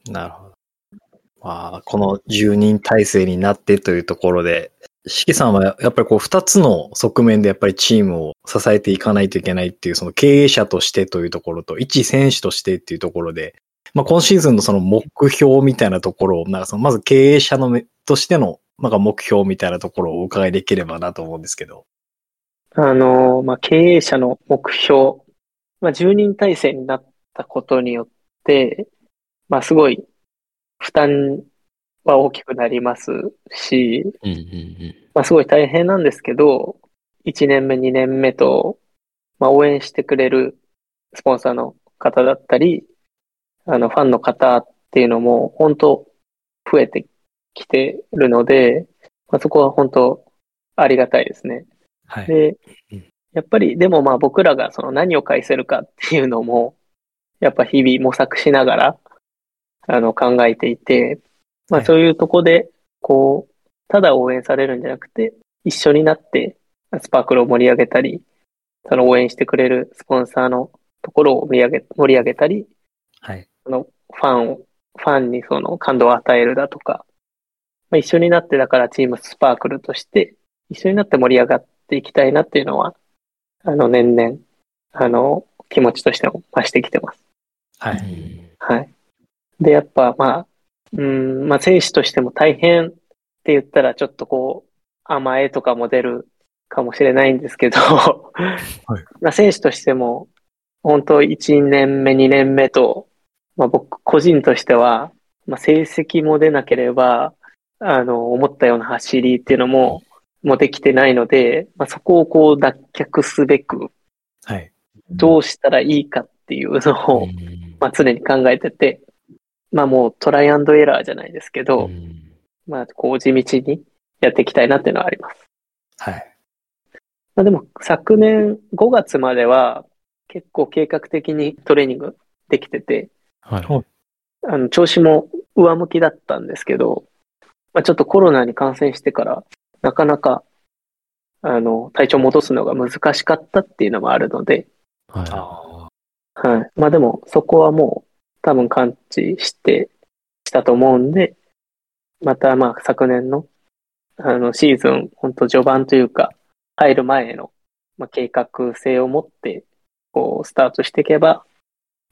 Speaker 1: なるほど。まあ、この10人体制になってというところで、四季さんはやっぱりこう2つの側面でやっぱりチームを支えていかないといけないっていう、その経営者としてというところと、一選手としてっていうところで、まあ今シーズンのその目標みたいなところを、なんかそのまず経営者のめとしてのなんか目標みたいなところをお伺いできればなと思うんですけど。
Speaker 2: あの、まあ、経営者の目標、まあ、10人体制になったことによって、まあ、すごい負担は大きくなりますし、
Speaker 3: うんうん
Speaker 2: まあ、すごい大変なんですけど、1年目、2年目と、まあ、応援してくれるスポンサーの方だったり、あの、ファンの方っていうのも、本当増えてきてるので、まあ、そこは本当ありがたいですね。
Speaker 1: はい
Speaker 2: で
Speaker 3: うん、
Speaker 2: やっぱり、でもまあ僕らがその何を返せるかっていうのも、やっぱ日々模索しながら、あの、考えていて、ま
Speaker 1: は
Speaker 2: あ
Speaker 1: い
Speaker 2: そういうとこで、こう、ただ応援されるんじゃなくて、一緒になって、スパークルを盛り上げたり、その応援してくれるスポンサーのところを盛り上げ、盛り上げたり、
Speaker 1: はい。
Speaker 2: そのファンを、ファンにその感動を与えるだとか、まあ、一緒になってだからチームスパークルとして一緒になって盛り上がっていきたいなっていうのは、あの年々、あの気持ちとしても増してきてます。
Speaker 1: は
Speaker 3: う
Speaker 1: い。
Speaker 3: ん。
Speaker 2: はい。で、やっぱまあ、うん、まあ選手としても大変って言ったらちょっとこう、甘えとかも出るかもしれないんですけど、 まあ選手としても、本当1年目、2年目と、まあ僕個人としては、まあ成績も出なければ、あの、思ったような走りっていうのも、もうできてないので、まあそこをこう脱却すべく、
Speaker 1: はい。
Speaker 2: どうしたらいいかっていうのを、
Speaker 3: うん
Speaker 2: まあ、常に考えてて、まあもうトライアンドエラーじゃないですけど、
Speaker 3: うん
Speaker 2: まあこう地道にやっていきたいなっていうのはあります。
Speaker 1: はい。
Speaker 2: まあでも昨年5月までは結構計画的にトレーニングできてて、
Speaker 3: はい。
Speaker 2: あの調子も上向きだったんですけど、まあちょっとコロナに感染してからなかなかあの体調戻すのが難しかったっていうのもあるので、
Speaker 3: は
Speaker 1: あ
Speaker 2: はい。まあでも、そこはもう、多分感知して、したと思うんで、またまあ昨年の、あの、シーズン、本当序盤というか、入る前の、まあ、計画性を持って、こう、スタートしていけば、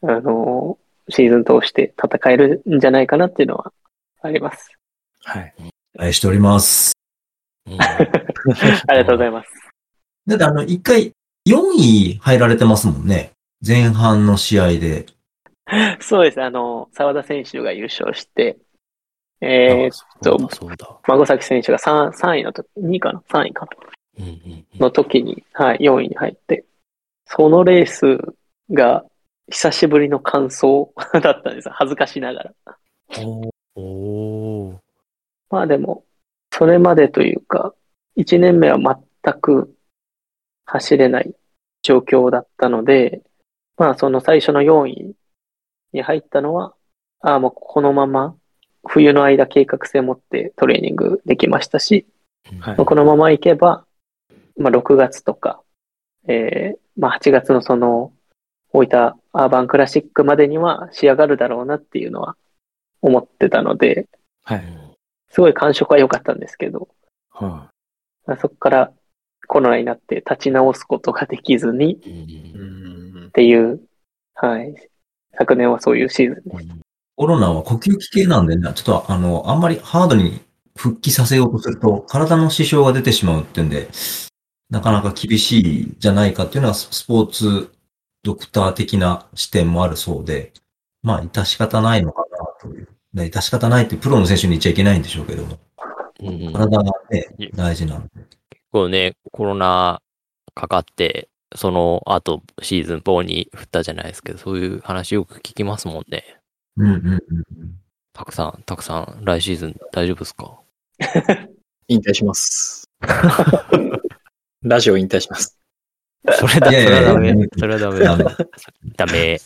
Speaker 2: あの、シーズン通して戦えるんじゃないかなっていうのはあり ます。
Speaker 1: はい。
Speaker 4: 愛しております。
Speaker 3: い。うん
Speaker 2: ありがとうございます。
Speaker 4: だってあの、一回、4位入られてますもんね。前半の試合で。
Speaker 2: そうです。あの、澤田選手が優勝して、 えー、と
Speaker 3: あそうだそうだ。
Speaker 2: 孫崎選手が 3, 3位の時、2位かな ?3 位かな
Speaker 3: うんうんうん
Speaker 2: の時に、はい、4位に入って、そのレースが久しぶりの感想 だったんですよ恥ずかしながら。
Speaker 3: おー
Speaker 2: まあでも、それまでというか、1年目は全く走れない状況だったので、まあその最初の4位に入ったのは、ああ、もうこのまま冬の間計画性持ってトレーニングできましたし、
Speaker 1: はい
Speaker 2: まあこのままいけば、まあ、6月とか、えーまあ、8月のその、大分アーバンクラシックまでには仕上がるだろうなっていうのは思ってたので、
Speaker 1: はい。
Speaker 2: すごい感触は良かったんですけど、
Speaker 1: は
Speaker 2: まあそこからコロナになって立ち直すことができずにっ
Speaker 3: うん
Speaker 1: い。うん。
Speaker 2: ていう、はい。昨年はそういうシーズン
Speaker 3: う
Speaker 2: で
Speaker 3: ん
Speaker 4: コロナは呼吸器系なんでね、ちょっとあの、あんまりハードに復帰させようとすると、体の支障が出てしまうっていうんで、なかなか厳しいじゃないかっていうのは、ススポーツドクター的な視点もあるそうで、まあ、致し方ないのかなという。ね致し方ないってプロの選手に言っちゃいけないんでしょうけども、
Speaker 3: うん結
Speaker 4: 体がね
Speaker 3: い、
Speaker 4: 大事なんで。
Speaker 3: 構ね、コロナかかって、その後シーズン棒に振ったじゃないですけど、そういう話よく聞きますもんね。
Speaker 4: うんうんうんうん。
Speaker 3: たくさん、たくさん、来シーズン大丈夫ですか
Speaker 1: 引退し ます。ラジオ引退します。
Speaker 3: それだ、
Speaker 4: いやい
Speaker 3: そ
Speaker 4: やい
Speaker 3: れ
Speaker 4: や
Speaker 3: はダメ。それはダメだ。ダメ。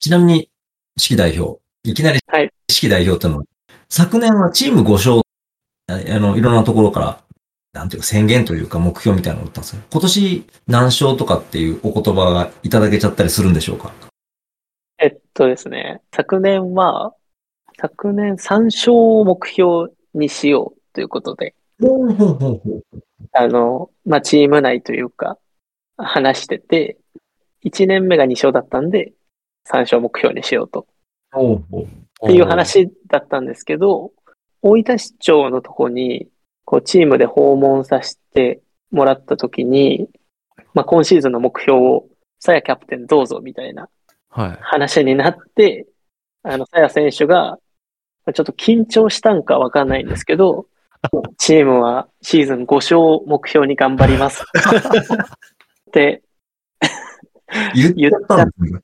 Speaker 4: ちなみに、四季代表、いきなり
Speaker 2: はい
Speaker 4: 四季代表ってのは、昨年はチーム5勝、ああの、いろんなところから、なんていうか宣言というか目標みたいなのを打ったんですけど、今年何勝とかっていうお言葉がいただけちゃったりするんでしょうか
Speaker 2: えっとですね、昨年は、昨年3勝を目標にしようということで、
Speaker 4: ほうほうほうほう。
Speaker 2: あの、まあ、チーム内というか、話してて、1年目が2勝だったんで、3勝目標にしようと。
Speaker 4: ほうほう。
Speaker 2: っていう話だったんですけど、大分市長のとこに、こう、チームで訪問させてもらったときに、まあ、今シーズンの目標を、さやキャプテンどうぞみたいな
Speaker 3: はい。
Speaker 2: 話になって、あの、さや選手が、まあちょっと緊張したんかわかんないんですけど、チームはシーズン5勝を目標に頑張ります。って
Speaker 4: 言っちゃったんですね。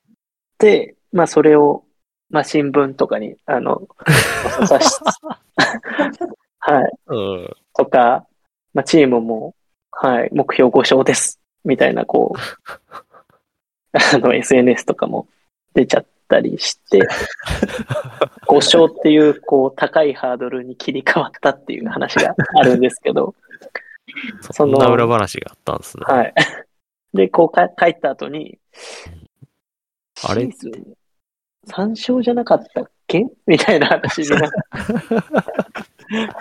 Speaker 2: で、まあそれを、まあ新聞とかに、あの、さしはい、
Speaker 3: うん。
Speaker 2: とか、まあチームも、はい、目標5勝です。みたいな、こ う、あの、SNS とかも出ちゃったりして、5勝っていう、こう、高いハードルに切り替わったっていう話があるんですけ ど、
Speaker 3: そんな裏話があったんですね。
Speaker 2: はい。で、こうか帰った後に、
Speaker 3: あれ
Speaker 2: シーズン3勝じゃなかったっけみたいな話になって。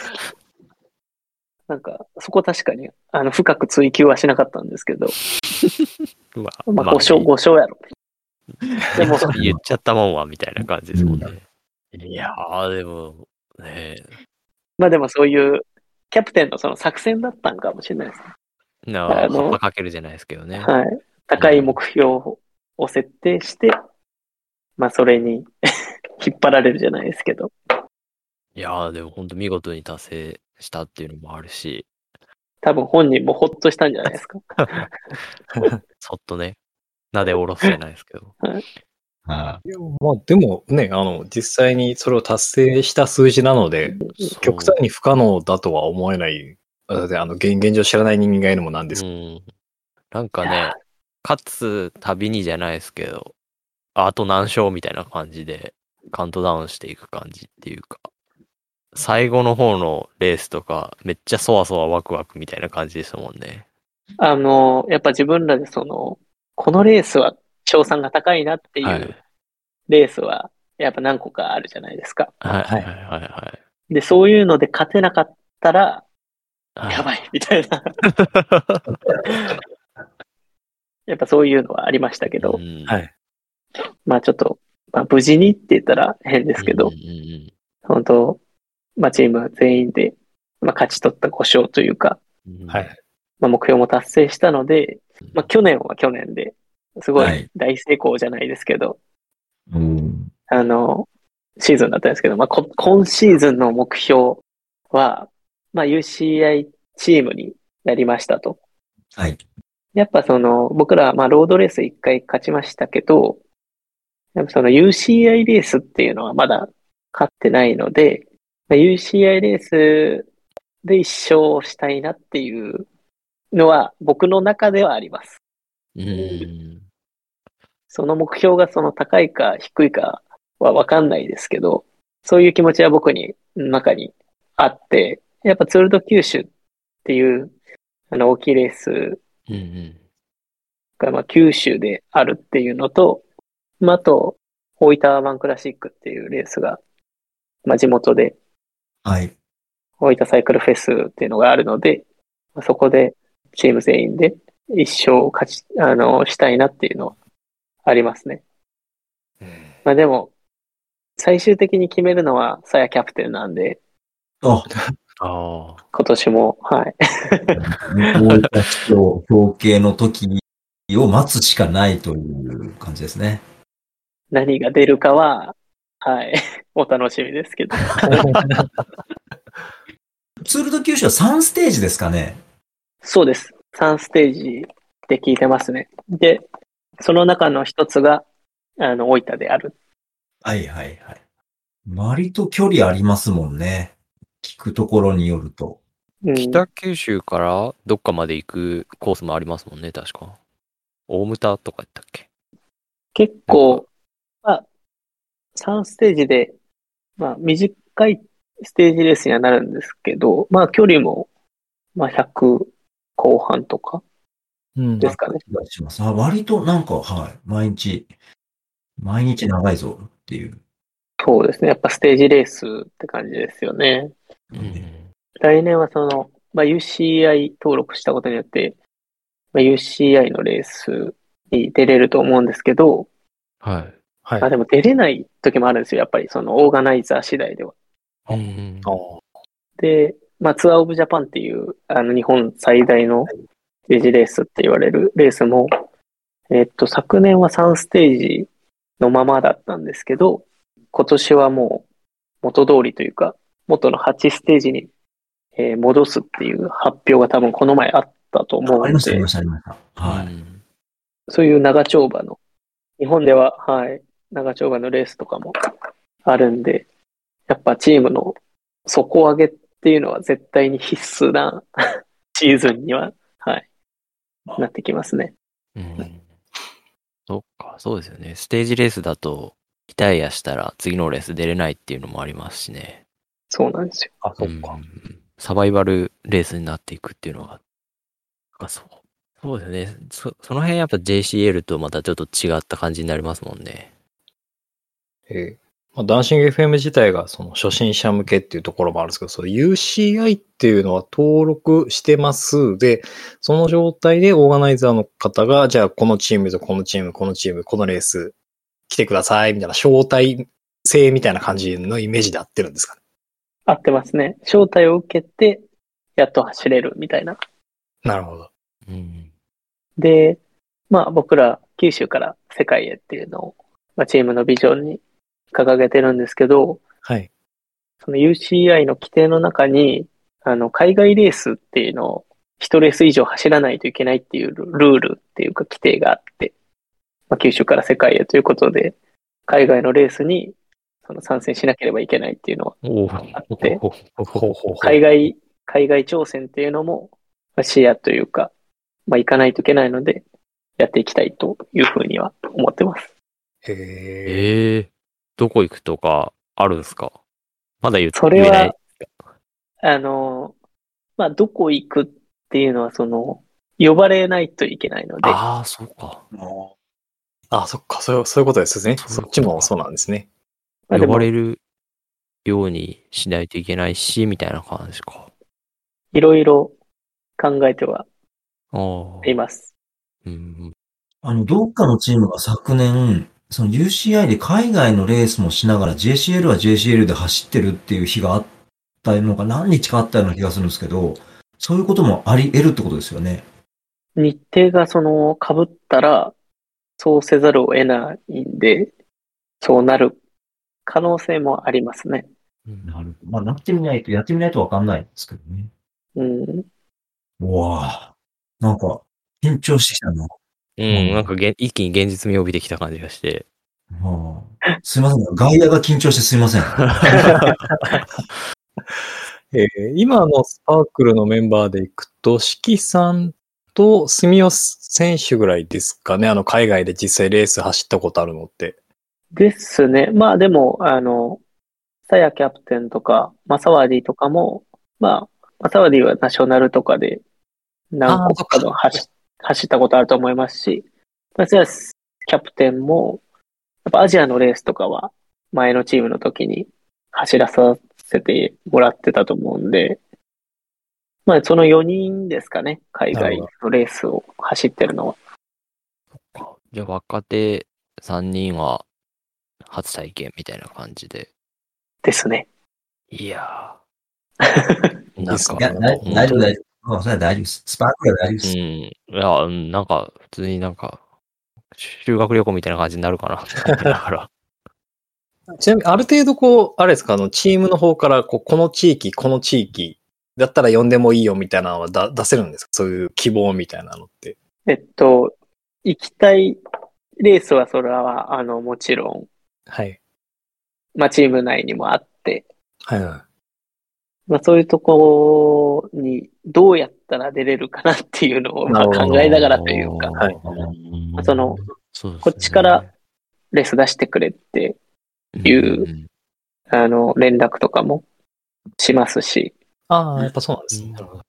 Speaker 2: なんか、そこ確かに、あの、深く追求はしなかったんですけど、
Speaker 3: うわ
Speaker 2: まあ、5勝、5勝 やろ。でも、
Speaker 3: 言っちゃったもんは、みたいな感じですもんね。いやー、でも、ね
Speaker 2: まあでもそういう、キャプテンのその作戦だったんかもしれないですね。
Speaker 3: な
Speaker 2: あの
Speaker 3: 葉っぱかけるじゃないですけどね。
Speaker 2: はい。高い目標を設定して、まあそれに 引っ張られるじゃないですけど。
Speaker 3: いやー、でも本当見事に達成したっていうのもあるし、
Speaker 2: 多分本人もほっとしたんじゃないですか。
Speaker 3: そっとね、なでおろすじゃないですけ ど。
Speaker 4: はい
Speaker 1: やまあでもね、あの、実際にそれを達成した数字なので、
Speaker 3: そう
Speaker 1: 極端に不可能だとは思えない。だってあの、現現状知らない人間がいるのもなんですけ
Speaker 3: うん。なんか
Speaker 2: い
Speaker 3: ね
Speaker 2: や、
Speaker 3: 勝つたびにじゃないですけど、ああと何勝みたいな感じでカウントダウンしていく感じっていうか、最後の方のレースとか、めっちゃそわそわワクワクみたいな感じでしたもんね。
Speaker 2: あの、やっぱ自分らでその、このレースは賞賛が高いなってい
Speaker 3: は
Speaker 2: う
Speaker 3: い。
Speaker 2: レースは、やっぱ何個かあるじゃないですか。
Speaker 3: はいは
Speaker 1: はいい
Speaker 3: は
Speaker 2: で、そういうので勝てなかったら、
Speaker 3: いはい。
Speaker 2: やばい、みたいな。やっぱそういうのはありましたけど、
Speaker 3: うん
Speaker 1: はい
Speaker 2: まあちょっと、まあ無事にって言ったら変ですけど、
Speaker 3: うんうんうん
Speaker 2: 本当まあチーム全員で、まあ勝ち取った5勝というか、
Speaker 3: うん
Speaker 1: ど。はい。
Speaker 2: まあ目標も達成したので、まあ去年は去年で、すご
Speaker 4: はい
Speaker 2: い大成功じゃないですけど、
Speaker 4: うん。
Speaker 2: あの、シーズンだったんですけど、まあ、こ今シーズンの目標は、まあ、UCI チームになりましたと。
Speaker 4: はい。
Speaker 2: やっぱその、僕ら、まあ、ロードレース1回勝ちましたけど、やっぱその UCI レースっていうのはまだ勝ってないので、まあ、UCI レースで一勝したいなっていうのは僕の中ではあります。
Speaker 3: うん
Speaker 2: その目標がその高いか低いかは分かんないですけど、そういう気持ちは僕に中にあって、やっぱツールド九州っていうあの大きいレース
Speaker 3: うんうん
Speaker 2: がまあ九州であるっていうのと、まあ、あと大分ワンクラシックっていうレースが、まあ、地元で
Speaker 4: はい。
Speaker 2: 大分サイクルフェスっていうのがあるので、まあそこでチーム全員で一勝勝ち、あの、したいなっていうのはありますね。まあでも、最終的に決めるのは、さやキャプテンなんで、
Speaker 4: あ、
Speaker 3: ああ。
Speaker 2: 今年も、はい。
Speaker 4: 大分市長表敬の時を待つしかないという感じですね。
Speaker 2: 何が出るかは、はい。お楽しみですけど。
Speaker 4: ツールド九州は3ステージですかね。
Speaker 2: そうです。3ステージって聞いてますね。で、その中の一つが、あの、大分である。
Speaker 4: はいはいはい。割と距離ありますもんね。聞くところによると。
Speaker 2: うん、
Speaker 3: 北九州からどっかまで行くコースもありますもんね、確か。大牟田とか言ったっけ
Speaker 2: 結構、まあ、 3ステージで、まあ、短いステージレースにはなるんですけど、まあ、距離も、まあ、100後半とか
Speaker 1: うん
Speaker 2: ですかね。
Speaker 4: 気がします。あ、割となんか、はい。毎日、毎日長いぞっていう。
Speaker 2: そうですね。やっぱステージレースって感じですよね。来年はその、まあ、UCI 登録したことによって、まあ、UCI のレースに出れると思うんですけど、
Speaker 3: はい。
Speaker 1: はい。
Speaker 2: あでも出れない時もあるんですよ、やっぱりそのオーガナイザー次第では。
Speaker 3: うん
Speaker 1: あー
Speaker 2: で、まあ、ツアーオブジャパンっていう、あの日本最大のステージレースって言われるレースも、えっと、昨年は3ステージのままだったんですけど、今年はもう元通りというか、元の8ステージに、えー戻すっていう発表が多分この前あったと思う
Speaker 4: あり
Speaker 2: の
Speaker 4: ました、あり
Speaker 2: で
Speaker 4: ま、した、ありました。はい。
Speaker 3: い。
Speaker 2: そういう長丁場の、日本では、はい、長丁場のレースとかもあるんで、やっぱチームの底上げっていうのは絶対に必須な シーズンには、はい、なってきますね。
Speaker 3: うんそっか、そうですよね。ステージレースだと、リタイアしたら次のレース出れないっていうのもありますしね。
Speaker 2: そうなんですよ。
Speaker 1: あ、そっか。
Speaker 3: うんサバイバルレースになっていくっていうのが、なんかそう。そうですね。そその辺やっぱ JCL とまたちょっと違った感じになりますもんね。
Speaker 1: えーまあ、ダンシング FM 自体がその初心者向けっていうところもあるんですけど、その UCI っていうのは登録してますで、その状態でオーガナイザーの方が、じゃあこのチームとこのチーム、このチーム、このレース来てくださいみたいな招待制みたいな感じのイメージで合ってるんですかね。
Speaker 2: 合ってますね。招待を受けて、やっと走れるみたいな。
Speaker 1: なるほど。
Speaker 3: うん。
Speaker 2: で、まあ僕ら九州から世界へっていうのを、まあ、チームのビジョンに掲げてるんですけど、
Speaker 1: はい。
Speaker 2: その UCI の規定の中に、あの、海外レースっていうのを、一レース以上走らないといけないっていうルルールっていうか規定があって、まあ、九州から世界へということで、海外のレースにその参戦しなければいけないっていうのは
Speaker 3: おお。
Speaker 2: あって、
Speaker 1: ほうほうほ
Speaker 2: 海外、海外挑戦っていうのも、まあ視野というか、まあ、行かないといけないので、やっていきたいというふうには思ってます。
Speaker 1: へえ。
Speaker 3: ええどこ行くとかあるんですかまだ言って
Speaker 2: それ
Speaker 3: 言えない
Speaker 2: は。、あの、まあ、どこ行くっていうのは、その、呼ばれないといけないので、
Speaker 3: ああ、そうか。
Speaker 1: あ、そっか、そうそういうことですね。
Speaker 3: そういう
Speaker 1: そ
Speaker 3: こ
Speaker 1: っ
Speaker 3: と
Speaker 1: ちもそうなんですね。
Speaker 2: まあ
Speaker 3: 呼
Speaker 2: でも
Speaker 3: ばれるようにしないといけないし、みたいな感じか。
Speaker 2: いろいろ考えては
Speaker 3: ああ。
Speaker 2: います。
Speaker 3: うん。
Speaker 4: あの、どっかのチームが昨年、その UCI で海外のレースもしながら JCL は JCL で走ってるっていう日があったのが何日かあったような気がするんですけど、そういうこともあり得るってことですよね。
Speaker 2: 日程がその被ったら、そうせざるを得ないんで、そうなる可能性もありますね。
Speaker 3: うん
Speaker 4: るほど。まあ、なってみないと、やってみないとわかんないですけどね。
Speaker 2: うん。
Speaker 4: うわぁ。なんか、緊張してきたな。
Speaker 3: うん、なんかげん一気に現実味を帯びてきた感じがして。
Speaker 4: はあ、すいません。外野が緊張してすいません。
Speaker 1: えー今のスパークルのメンバーでいくと、四季さんと住吉選手ぐらいですかね、あの海外で実際レース走ったことあるのって。
Speaker 2: ですね。まあでも、あの、さやキャプテンとか、マサワディとかも、まあ、マサワディはナショナルとかで何個かの走走ったことあると思いますし、まあ、さやキャプテンも、やっぱアジアのレースとかは前のチームの時に走らさせてもらってたと思うんで、まあその4人ですかね、海外のレースを走ってるのは。
Speaker 3: じゃあ若手3人は初体験みたいな感じで。
Speaker 2: ですね。
Speaker 3: いや ー。
Speaker 1: いいっす
Speaker 4: いや、
Speaker 1: ね
Speaker 4: 大大丈夫、大丈夫。まあ、それは大丈夫です。スパークルは大丈夫で
Speaker 3: う
Speaker 4: す。
Speaker 3: ん。いや、うんなんか、普通になんか、修学旅行みたいな感じになるかなって思ってた から。
Speaker 1: ちなみに、ある程度こう、あれですか、あの、チームの方から、こう、この地域、この地域、だったら呼んでもいいよみたいなのはだ出せるんですかそういう希望みたいなのって。
Speaker 2: えっと、行きたいレースはそれは、あの、もちろん、
Speaker 1: はい。
Speaker 2: まあ、チーム内にもあって、
Speaker 1: はいは
Speaker 2: まあ、そういうところにどうやったら出れるかなっていうのを、まあ、
Speaker 1: なるほど
Speaker 2: 考えながらというか、
Speaker 1: はい
Speaker 3: うん
Speaker 2: その、
Speaker 3: そうですね
Speaker 2: こっちからレース出してくれっていうんあの、連絡とかもしますし、
Speaker 1: ああ、やっぱそうなんですね。
Speaker 3: うん
Speaker 1: なるほど。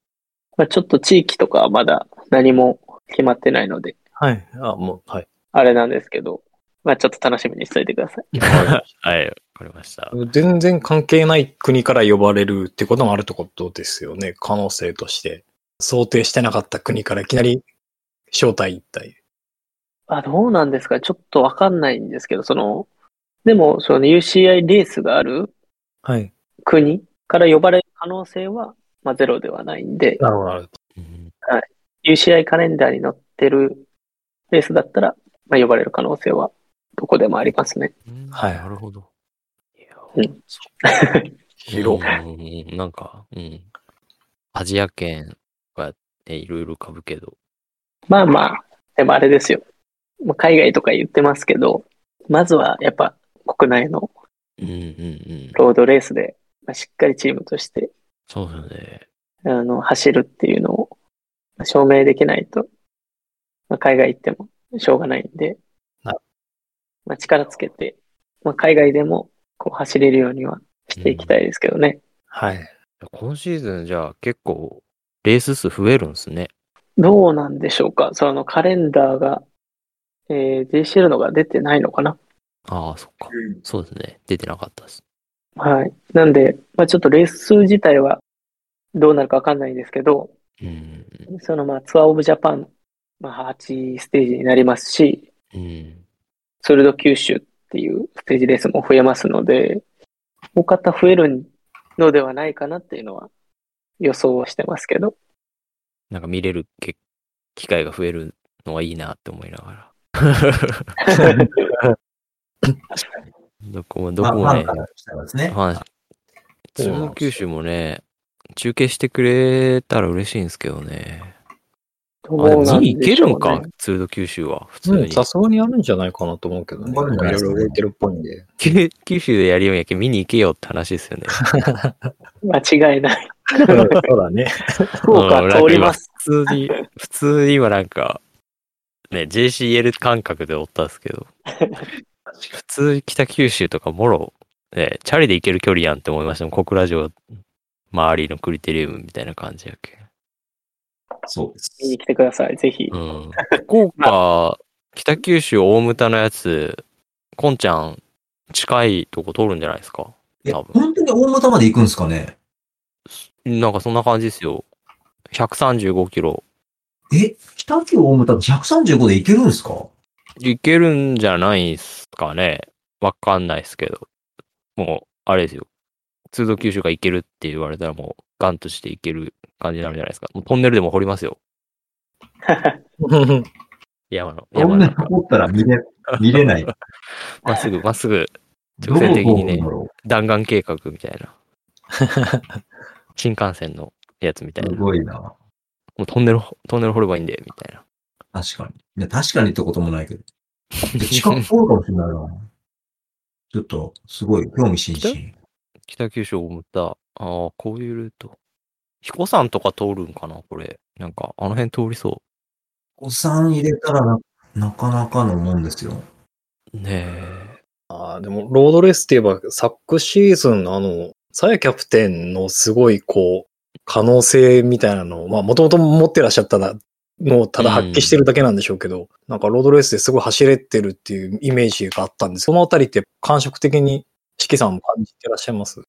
Speaker 2: まあ、ちょっと地域とかはまだ何も決まってないので、
Speaker 1: はい。あもう、はい。
Speaker 2: あれなんですけど、まあ、ちょっと楽しみにしていてください。
Speaker 3: はい、わかりました。
Speaker 1: 全然関係ない国から呼ばれるってこともあるってことですよね。可能性として。想定してなかった国からいきなり招待一体。
Speaker 2: あ、どうなんですかちょっとわかんないんですけど、その、でも、その UCI レースがある
Speaker 1: はい。
Speaker 2: 国から呼ばれる可能性は、まあ、ゼロではないんで、
Speaker 1: なるほどなるほど。
Speaker 3: うん、
Speaker 2: UCI カレンダーに載ってるレースだったら、まあ、呼ばれる可能性はどこでもありますね。
Speaker 1: はい
Speaker 3: なるほど。いや
Speaker 2: うん
Speaker 1: 広
Speaker 3: うんなんか、うん。アジア圏がね、いろいろかぶけど。
Speaker 2: まあまあ、でもあれですよ。まあ海外とか言ってますけど、まずはやっぱ国内の
Speaker 3: うんうんうん。
Speaker 2: ロードレースで、まあ、しっかりチームとして
Speaker 3: そうだよね。
Speaker 2: あの走るっていうのをまあ証明できないと、まあ、海外行ってもしょうがないんで
Speaker 1: はい、
Speaker 2: まあ、力つけて、まあ、海外でもこう走れるようにはしていきたいですけどね。
Speaker 1: はい。
Speaker 3: 今シーズンじゃあ結構、レース数増えるんですね。
Speaker 2: どうなんでしょうかそのカレンダーが、えー、JCL のが出てないのかな
Speaker 3: ああ、そっか。そうですね。出てなかったです。
Speaker 2: はい。なんで、まあ、ちょっとレース数自体はどうなるかわかんないんですけど、
Speaker 3: うん。
Speaker 2: そのまあツアーオブジャパン、まあ、8ステージになりますし、
Speaker 3: うん。
Speaker 2: ツールド九州っていうステージレースも増えますので、大方増えるのではないかなっていうのは予想はしてますけ ど、
Speaker 3: なんか見れるけ機会が増えるのはいいなって思いながら。どこも、ど
Speaker 4: まあ
Speaker 3: こ
Speaker 4: フ
Speaker 3: も
Speaker 4: ァン
Speaker 3: ね
Speaker 4: か、らしたらですね。
Speaker 3: はい。
Speaker 1: そうなんで
Speaker 3: 中
Speaker 1: すよ
Speaker 3: 央九州もね、中継してくれたら嬉しいんですけどね。
Speaker 2: ど
Speaker 3: あ、でも
Speaker 2: うなん
Speaker 3: 次い
Speaker 2: で
Speaker 3: け
Speaker 2: しょう
Speaker 3: る
Speaker 2: ね
Speaker 3: んか、ツール九州は、普通
Speaker 1: う
Speaker 3: に
Speaker 1: ん、。さすがにあるんじゃないかなと思うけどね。い
Speaker 4: あるんじゃ
Speaker 1: ろ
Speaker 4: な
Speaker 1: いろ動
Speaker 4: いですかね
Speaker 1: いてるっぽいんで。
Speaker 3: 九九州でやるようやけ見に行けよって話ですよね。
Speaker 2: 間違いない。
Speaker 1: そうだ ね。
Speaker 2: 福岡
Speaker 3: うん
Speaker 2: 通ります。。
Speaker 3: なんか今普通に、普通に今なんか、ね、JCL 感覚でおったんですけど、普通北九州とかもろ、ね、チャリで行ける距離やんって思いましたもん。小倉城周りのクリテリウムみたいな感じやけ。
Speaker 4: そうです。
Speaker 2: 見に来てください、ぜひ
Speaker 3: う。ん。福岡、北九州大牟田のやつ、こんちゃん、近いとこ通るんじゃないですか
Speaker 4: いや、
Speaker 3: 多分
Speaker 4: 本当に大牟田まで行くんですかね
Speaker 3: なんかそんな感じですよ。135キロ。
Speaker 4: え、北九大牟田135で行けるんですか
Speaker 3: いけるんじゃないですかね。わかんないですけど。もう、あれですよ。通道九州がいけるって言われたらもう、ガンとしていける感じになるんじゃないですか。もうトンネルでも掘りますよ。山の。
Speaker 4: こ
Speaker 3: 山
Speaker 4: ん
Speaker 3: の
Speaker 4: な
Speaker 3: 中。
Speaker 4: 残ったら見れ、見れない。
Speaker 3: まっすぐ、まっすぐ、
Speaker 4: ど
Speaker 3: 直
Speaker 4: う
Speaker 3: 線的
Speaker 4: どう
Speaker 3: に
Speaker 4: な
Speaker 3: ね
Speaker 4: んだ。ろ。
Speaker 3: 弾丸計画みたいな。新幹線のやつみたいうな。
Speaker 4: す
Speaker 3: も
Speaker 4: ごいな。
Speaker 3: うトンネル、トンネル掘ればいいんで、みたいな。
Speaker 4: 確かに。いや、確かにってことも ないけど。近く通るかもしれないな。ちょっと、すごい、興味津々。
Speaker 3: 北九州を思った。ああ、こういうルート。彦山とか通るんかなこれ。なんか、あの辺通りそ
Speaker 4: お産入れたらな、なかなかのもんですよ。
Speaker 3: う。ねえ。
Speaker 1: あーでも、ロードレースって言えば、昨シーズンのあの、さやキャプテンのすごい、こう、可能性みたいなのを、まあ、もともと持ってらっしゃったなのをただ発揮してるだけなんでしょうけど、なんかロードレースですごい走れてるっていうイメージがあったんです。そのあたりって感触的に、四季さんも感じてらっしゃいます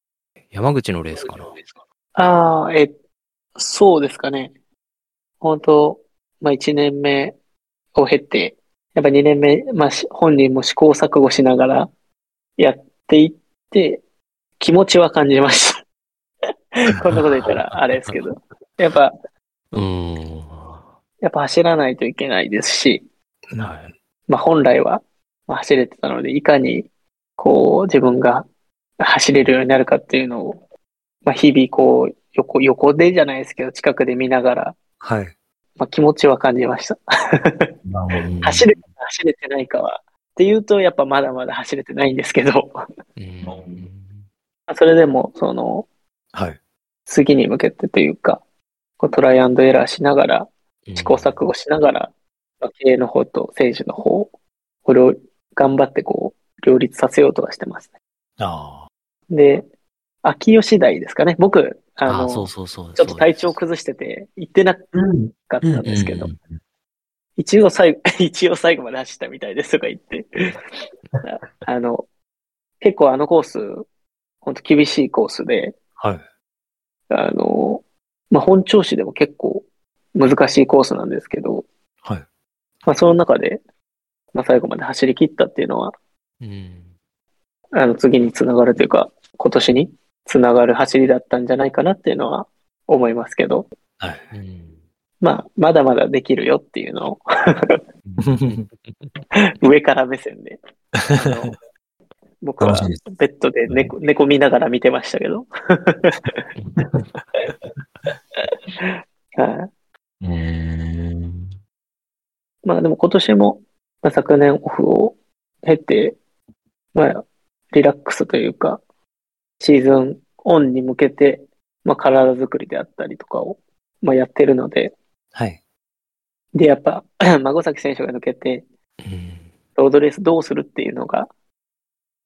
Speaker 3: 山口のレースかな。
Speaker 2: ああ、え、そうですかね。本当、まあ1年目を経て、やっぱ2年目、まあし本人も試行錯誤しながらやっていって、気持ちは感じました。 こんなこと言ったらあれですけど。やっぱ、
Speaker 3: うーん。
Speaker 2: やっぱ走らないといけないですし、
Speaker 3: は
Speaker 2: まあ本来はまあ走れてたので、いかにこう自分が走れるようになるかっていうのを、まあ日々こう横、横でじゃないですけど、近くで見ながら、
Speaker 1: はい。
Speaker 2: まあ、気持ちは感じました。
Speaker 4: なるほど
Speaker 3: い。
Speaker 2: 走れるか走れてないかは。っていうと、やっぱまだまだ走れてないんですけど、ま
Speaker 3: うん。
Speaker 2: あそれでも、その、
Speaker 1: はい。
Speaker 2: 次に向けてというか、こうトライアンドエラーしながら、試行錯誤しながら、まあ、経営の方と選手の方を、これを頑張ってこう、両立させようとはしてますね。
Speaker 1: ああ。
Speaker 2: で、秋吉台ですかね。僕、あの、
Speaker 3: あ、そうそうそう。
Speaker 2: ちょっと体調崩してて、行ってなか
Speaker 4: うん。
Speaker 2: ったんですけど、
Speaker 3: うん
Speaker 2: 一応最後、 一応最後まで走ったみたいですとか言って、 ああの、結構あのコース、本当厳しいコースで、
Speaker 1: はい。
Speaker 2: あの、まあ、本調子でも結構難しいコースなんですけど、
Speaker 1: はい。
Speaker 2: まあ、その中で、まあ、最後まで走り切ったっていうのは、
Speaker 3: うん。
Speaker 2: あの、次につながるというか、今年につながる走りだったんじゃないかなっていうのは思いますけど、
Speaker 1: はい。
Speaker 3: うん。
Speaker 2: まあ、まだまだできるよっていうのを上から目線で、あの僕は
Speaker 4: 楽しみです
Speaker 2: ベッドで猫猫見ながら見てましたけど、はい
Speaker 3: うん。
Speaker 2: まあでも今年も、まあ、昨年オフを経て、まあ、リラックスというか、シーズンオンに向けて、まあ、体作りであったりとかを、まあ、やってるので、
Speaker 1: はい。
Speaker 2: で、やっぱ、 孫崎選手が抜けて、
Speaker 3: うん
Speaker 2: ロードレースどうするっていうのが、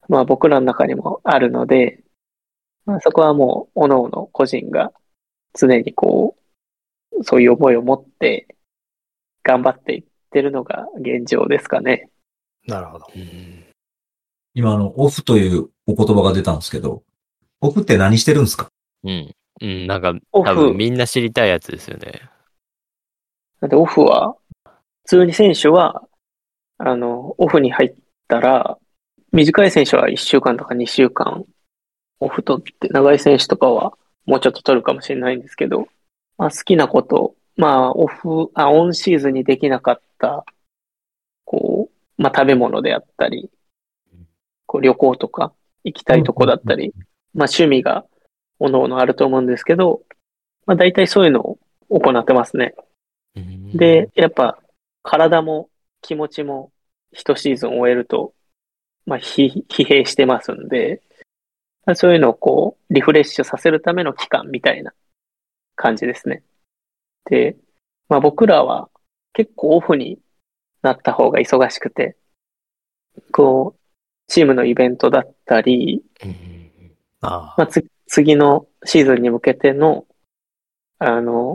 Speaker 2: まあ、僕らの中にもあるので、まあ、そこはもう、各々個人が常にこう、そういう思いを持って、頑張っていってるのが現状ですかね。
Speaker 1: なるほど。
Speaker 3: うん
Speaker 4: 今、あの、オフというお言葉が出たんですけど、オフって何してるんですか
Speaker 3: うん。うん。なんか、
Speaker 2: オ
Speaker 3: 多分
Speaker 2: フ、
Speaker 3: みんな知りたいやつですよね。
Speaker 2: だってオフは、普通に選手は、あの、オフに入ったら、短い選手は1週間とか2週間、オフ取って、長い選手とかはもうちょっと取るかもしれないんですけど、まあ、好きなこと、まあ、オフ、あ、オンシーズンにできなかった、こう、まあ、食べ物であったり、こう旅行とか行きたいとこだったり、まあ、趣味が、おのおのあると思うんですけど、まあ、大体そういうのを行ってますね。
Speaker 3: うん
Speaker 2: で、、やっぱ体も気持ちも一シーズン終えると、まあ、疲疲弊してますんで、まあそういうのをこう、リフレッシュさせるための期間みたいな感じですね。で、まあ僕らは結構オフになった方が忙しくて、こう、チームのイベントだったり、
Speaker 3: うん
Speaker 1: ああ。
Speaker 2: まあ、つ次のシーズンに向けての、あの、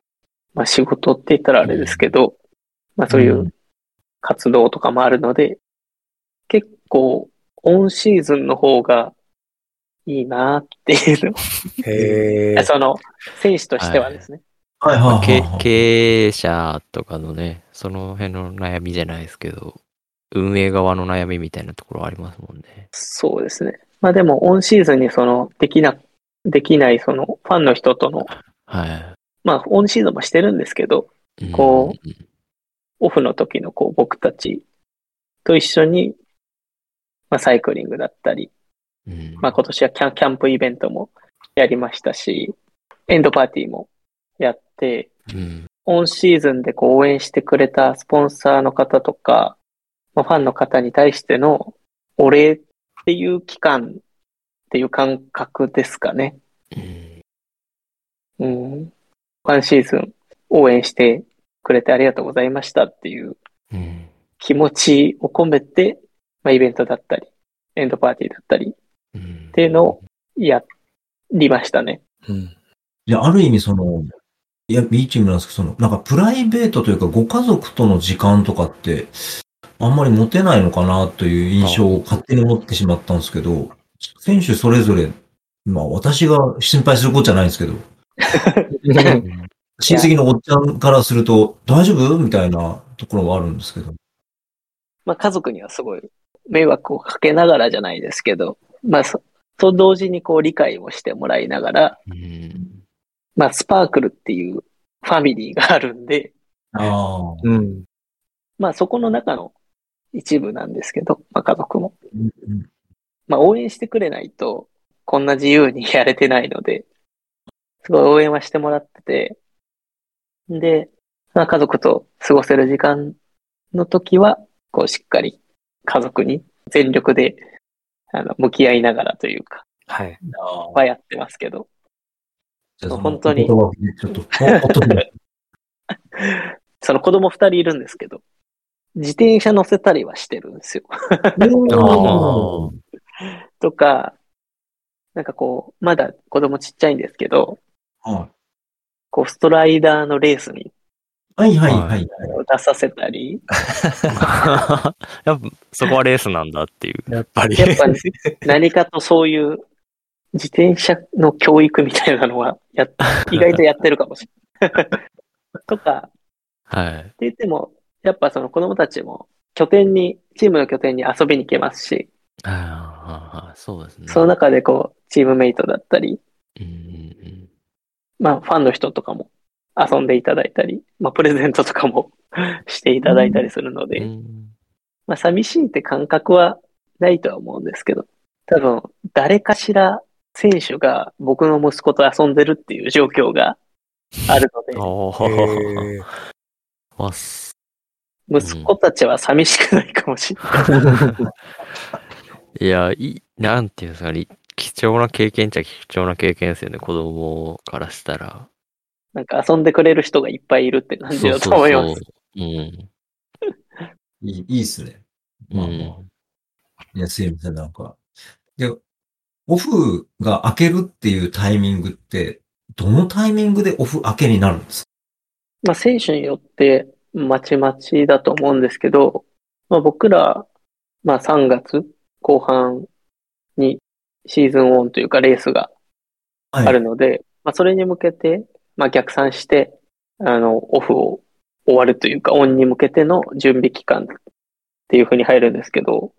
Speaker 2: まあ、仕事って言ったらあれですけど、まあ、そういう活動とかもあるので、結構、オンシーズンの方がいいなっていうの、
Speaker 1: へえ。
Speaker 2: その、選手としてはですね。
Speaker 4: はい
Speaker 3: まあ
Speaker 4: はい
Speaker 3: け
Speaker 4: はい。
Speaker 3: 経営者とかのね、その辺の悩みじゃないですけど、運営側の悩みみたいなところありますもんね。
Speaker 2: そうですね。まあ、でも、オンシーズンにその、できな、できない、その、ファンの人との、
Speaker 3: は
Speaker 2: まあ、オンシーズンもしてるんですけど、
Speaker 3: い。うん
Speaker 2: こオフの時のこう僕たちと一緒に、まあ、サイクリングだったり、
Speaker 3: うん、
Speaker 2: まあ、今年はキャンキャンプイベントもやりましたし、エンドパーティーもやって、
Speaker 3: うん
Speaker 2: オンシーズンでこう応援してくれたスポンサーの方とか、まあ、ファンの方に対してのお礼っていう期間っていう感覚ですかね。
Speaker 3: うん
Speaker 2: うん。ワンシーズン応援してくれてありがとうございましたっていう
Speaker 3: うん
Speaker 2: 気持ちを込めて、まあ、イベントだったり、エンドパーティーだったりっ
Speaker 3: うん
Speaker 2: ていうのをやりましたね。
Speaker 1: うん。
Speaker 4: じゃあ、ある意味その、いや、B チームなんですけど、その、なんかプライベートというか、ご家族との時間とかって、あんまり持てないのかなという印象を勝手に持ってしまったんですけど、選手それぞれ、まあ私が心配することじゃないんですけど、
Speaker 3: うん
Speaker 4: 親戚のおっちゃんからすると、大丈夫みたいなところはあるんですけど。
Speaker 2: まあ、家族にはすごい迷惑をかけながらじゃないですけど、まあ、そと同時にこう理解をしてもらいながら、
Speaker 3: うん
Speaker 2: まあ、スパークルっていうファミリーがあるんで、
Speaker 4: ああ。
Speaker 1: うん。
Speaker 2: まあ、そこの中の一部なんですけど、まあ、家族も。
Speaker 4: うんうん
Speaker 2: まあ、応援してくれないと、こんな自由に やれてないので、すごい応援はしてもらってて、で、まあ、家族と過ごせる時間の時は、こうしっかり家族に全力で、あの、向き合いながらというか、
Speaker 1: はい。
Speaker 2: はやってますけど、
Speaker 4: じゃあその
Speaker 2: 本当に
Speaker 4: 言葉をねちょっと、ほほっとけない
Speaker 2: その子供二人いるんですけど、自転車乗せたりはしてるんですよ。
Speaker 3: あー
Speaker 2: とか、なんかこう、まだ子供ちっちゃいんですけど、
Speaker 4: は
Speaker 2: こう、ストライダーのレースに
Speaker 4: いはいはいはい。
Speaker 2: 出させたり、
Speaker 3: やっぱ、そこはレースなんだっていう。
Speaker 1: やっぱり
Speaker 2: やっぱり何かとそういう自転車の教育みたいなのはやっ、意外とやってるかもしれない。 とか、
Speaker 3: はい
Speaker 2: っ。て言っても、やっぱその子供たちも拠点に、チームの拠点に遊びに行けますし、
Speaker 3: ああ、そうですね。
Speaker 2: その中でこう、チームメイトだったり、
Speaker 3: うんうん
Speaker 2: まあファンの人とかも遊んでいただいたり、まあプレゼントとかも していただいたりするの
Speaker 3: う
Speaker 2: で、
Speaker 3: んうん。
Speaker 2: まあ寂しいって感覚はないとは思うんですけど、多分誰かしら選手が僕の息子と遊んでるっていう状況があるので、
Speaker 3: お
Speaker 1: へ
Speaker 3: ー
Speaker 1: ー
Speaker 3: わっす
Speaker 2: 息子たちは寂しくないかもしれない。
Speaker 3: いや、いい、なんていうんですかね、貴重な経験っちゃ貴重な経験ですよね、子供からしたら。
Speaker 2: なんか遊んでくれる人がいっぱいいるって感じだと思います。
Speaker 3: そう。うん。
Speaker 4: いい、いいっすね。
Speaker 3: う
Speaker 4: まあまあ
Speaker 3: ん。
Speaker 4: いや、すいません、なんか。で、オフが開けるっていうタイミングって、どのタイミングでオフ開けになるんですか
Speaker 2: まあ、選手によってまちまちだと思うんですけど、まあ、僕ら、まあ、3月後半にシーズンオンというかレースが
Speaker 4: はい。
Speaker 2: あるので、まあ、それに向けて、まあ、逆算して、あの、オフを終わるというか、オンに向けての準備期間っていうふうに入るんですけど、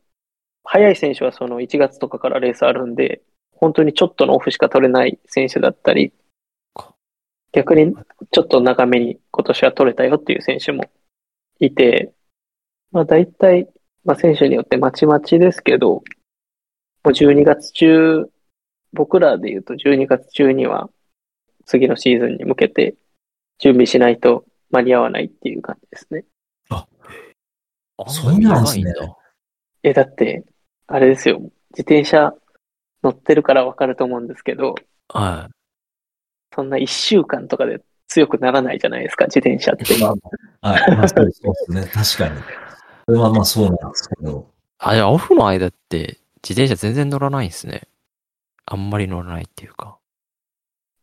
Speaker 2: 早い選手はその1月とかからレースあるんで、本当にちょっとのオフしか取れない選手だったり
Speaker 3: か、
Speaker 2: 逆にちょっと長めに今年は取れたよっていう選手もいて、まあ大体、まあ選手によってまちまちですけど、もう12月中僕らで言うと12月中には次のシーズンに向けて準備しないと間に合わないっていう感じですね。
Speaker 4: そうなんですね
Speaker 3: あやばいだ
Speaker 2: え、だって、あれですよ。自転車乗ってるからわかると思うんですけど、
Speaker 3: は
Speaker 2: そんな1週間とかで強くならないじゃないですか、自転車って。
Speaker 4: まあはい。まあ、そうですそうですね。確かに。それはまあそうなんですけど。
Speaker 3: い。あ、いや、オフの間って、自転車全然乗らないんですね。あんまり乗らないっていうか。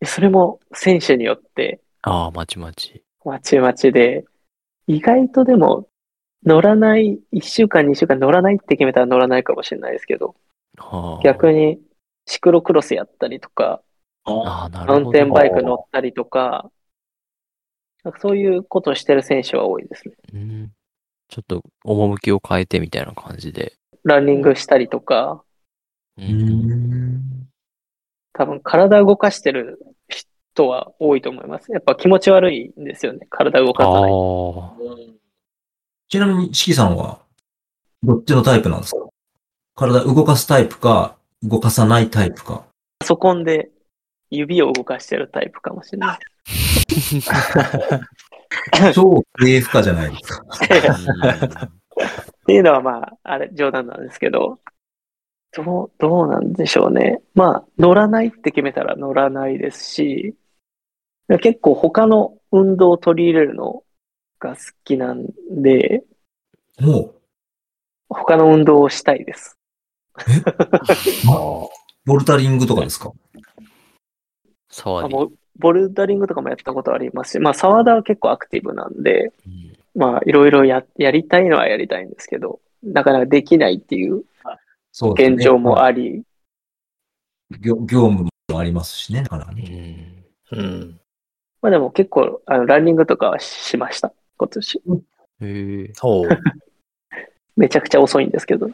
Speaker 2: えそれも選手によって
Speaker 3: ああ、まちまち。
Speaker 2: まちまちで、意外とでも乗らない、1週間、2週間乗らないって決めたら乗らないかもしれないですけど、
Speaker 3: はあ、
Speaker 2: 逆にシクロクロスやったりとか、
Speaker 3: ああ、なる
Speaker 2: マウ
Speaker 3: ほ
Speaker 2: ン
Speaker 3: ど。
Speaker 2: テンバイク乗ったりとか、なんかそういうことをしてる選手は多いですね。
Speaker 3: うん。ちょっと、趣を変えてみたいな感じで。
Speaker 2: ランニングしたりとか、
Speaker 3: う
Speaker 4: うー。ん。
Speaker 2: 多分体動かしてる人は多いと思います。やっぱ気持ち悪いんですよね。体動か
Speaker 3: あ
Speaker 2: さない。
Speaker 3: あ。
Speaker 4: ちなみに、シキさんは、どっちのタイプなんですか体動かすタイプか、動かさないタイ プか。
Speaker 2: パソコンで指を動かしてるタイプかもしれないで
Speaker 4: 超 AF かじゃないです か。
Speaker 2: す。っていうのはまあ、あれ、冗談なんですけど、どう、どうなんでしょうね。まあ、乗らないって決めたら乗らないですし、結構他の運動を取り入れるのが好きなんで、
Speaker 4: も
Speaker 2: 他の運動をしたいです。
Speaker 4: う、まあボルタリングとかですか
Speaker 3: そう
Speaker 2: あもうボルダリングとかもやったことありますし、まあ、沢田は結構アクティブなんで、まあ、いろいろややりたいのはやりたいんですけど、なかなかできないっていう
Speaker 4: そうですね
Speaker 2: 現状もあり、
Speaker 4: 業業務もありますしね、だからね。
Speaker 3: ん。
Speaker 1: うん。
Speaker 2: まあでも結構、あの、ランニングとかはしました、今年。
Speaker 3: へえ。
Speaker 1: そう。
Speaker 2: めちゃくちゃ遅いんですけど。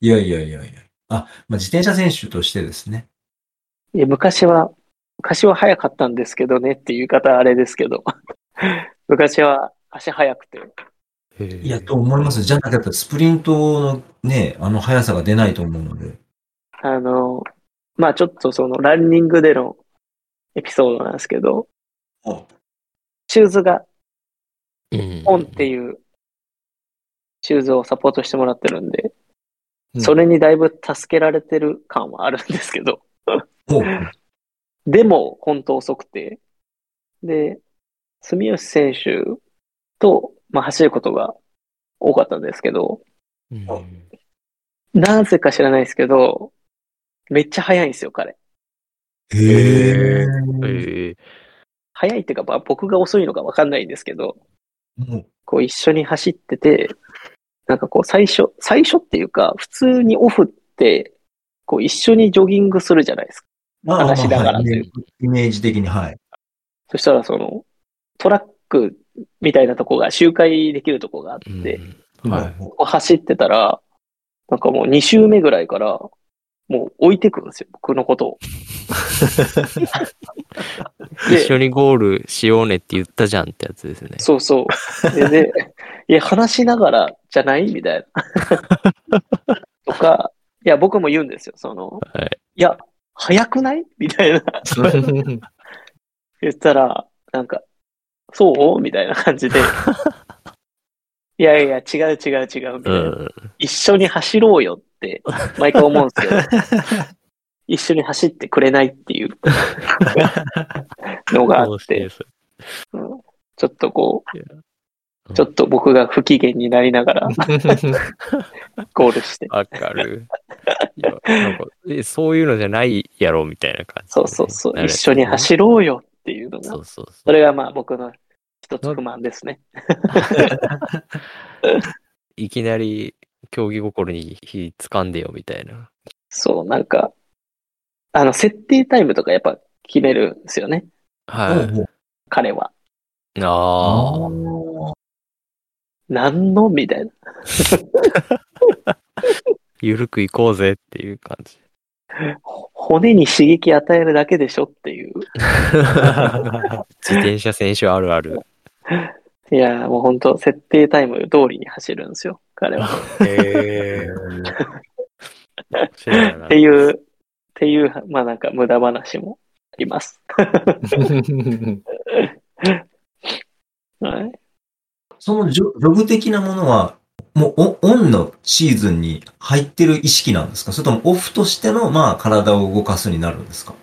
Speaker 4: いやいやいやいや。あ、まあ、自転車選手としてですね。
Speaker 2: いや昔は、昔は早かったんですけどねっていう言い方はあれですけど、 昔は足速くて、
Speaker 4: いや、と思います。じゃなかったらスプリントのね、あの速さが出ないと思うので。
Speaker 2: あの、まあちょっとそのランニングでのエピソードなんですけど、シューズが
Speaker 3: うん。
Speaker 2: オンっていうシューズをサポートしてもらってるんで、
Speaker 1: うん
Speaker 2: それにだいぶ助けられてる感はあるんですけど、
Speaker 4: もう、
Speaker 2: でも本当遅くて、で、住吉選手と、まあ、走ることが多かったんですけど、
Speaker 3: うん。
Speaker 2: なぜか知らないですけど、めっちゃ速いんですよ、彼。
Speaker 4: へえ。
Speaker 3: え
Speaker 2: 早いっていうか、まあ僕が遅いのかわかんないんですけど、
Speaker 4: もう
Speaker 2: こう一緒に走ってて、なんかこう最初、最初っていうか、普通にオフって、こう一緒にジョギングするじゃないですか。
Speaker 4: ま
Speaker 2: 話しながら
Speaker 4: はい
Speaker 2: とい
Speaker 4: イメ
Speaker 2: う
Speaker 4: ージイメージ的に、はい。
Speaker 2: そしたらその、トラックみたいなとこが、周回できるとこがあって、
Speaker 3: うんはい
Speaker 4: い。
Speaker 2: こう走ってたら、なんかもう2周目ぐらいから、もう置いてくんですよ、僕の ことを。で
Speaker 3: 一緒にゴールしようねって言ったじゃんってやつですね。
Speaker 2: そうそう。で、でいや、話しながらじゃないみたいな。とか、いや、僕も言うんですよ。その、
Speaker 3: はい。
Speaker 2: いや、早くないみたいな。言ったら、なんか、そうみたいな感 じで。いやいや、違う違う違う。みた
Speaker 3: う
Speaker 2: いな。
Speaker 3: ん。
Speaker 2: 一緒に走ろうよって、毎回思うんですけど、 一緒に走ってくれないっていうのがあ
Speaker 3: そう
Speaker 2: っ
Speaker 3: して
Speaker 2: て、
Speaker 3: そ
Speaker 2: うんちょっとこ
Speaker 3: いやう
Speaker 2: う、
Speaker 3: ん
Speaker 2: ちょっと僕が不機嫌になりながらゴールして
Speaker 3: う、わかる。いやなんかえそういうのじゃないやろみたいな感じ。
Speaker 2: そうそうそ
Speaker 3: な
Speaker 2: う、
Speaker 3: る
Speaker 2: 一
Speaker 3: やつ
Speaker 2: 緒に走ろうよっていうの
Speaker 3: そ
Speaker 2: が、
Speaker 3: うそうそ。
Speaker 2: そうれがまあ僕の一つ不満ですね。
Speaker 3: いきなり競技心に火掴んでよみたいな。
Speaker 2: そう、なんか、あの、設定タイムとかやっぱ決めるんですよね、
Speaker 4: ほう
Speaker 3: は
Speaker 4: ほう
Speaker 2: 彼は。
Speaker 3: い。ああ。
Speaker 2: 何のみたいな。
Speaker 3: ゆるく行こうぜっていう感 じ。
Speaker 2: ほ骨に刺激与えるだけでしょっていう。
Speaker 3: 自転車選手あるあ る。
Speaker 2: いやーもう本当設定タイム通りに走るんですよ、彼は。
Speaker 1: え
Speaker 3: 面白いな
Speaker 2: っていう、っていう、まあなんか無駄話もあります。
Speaker 1: ー。
Speaker 2: はい。
Speaker 4: そのジョジョブ的なものは、もうオオンのシーズンに入ってる意識なんですかそれともオフとしての、まあ、体を動かすになるんですか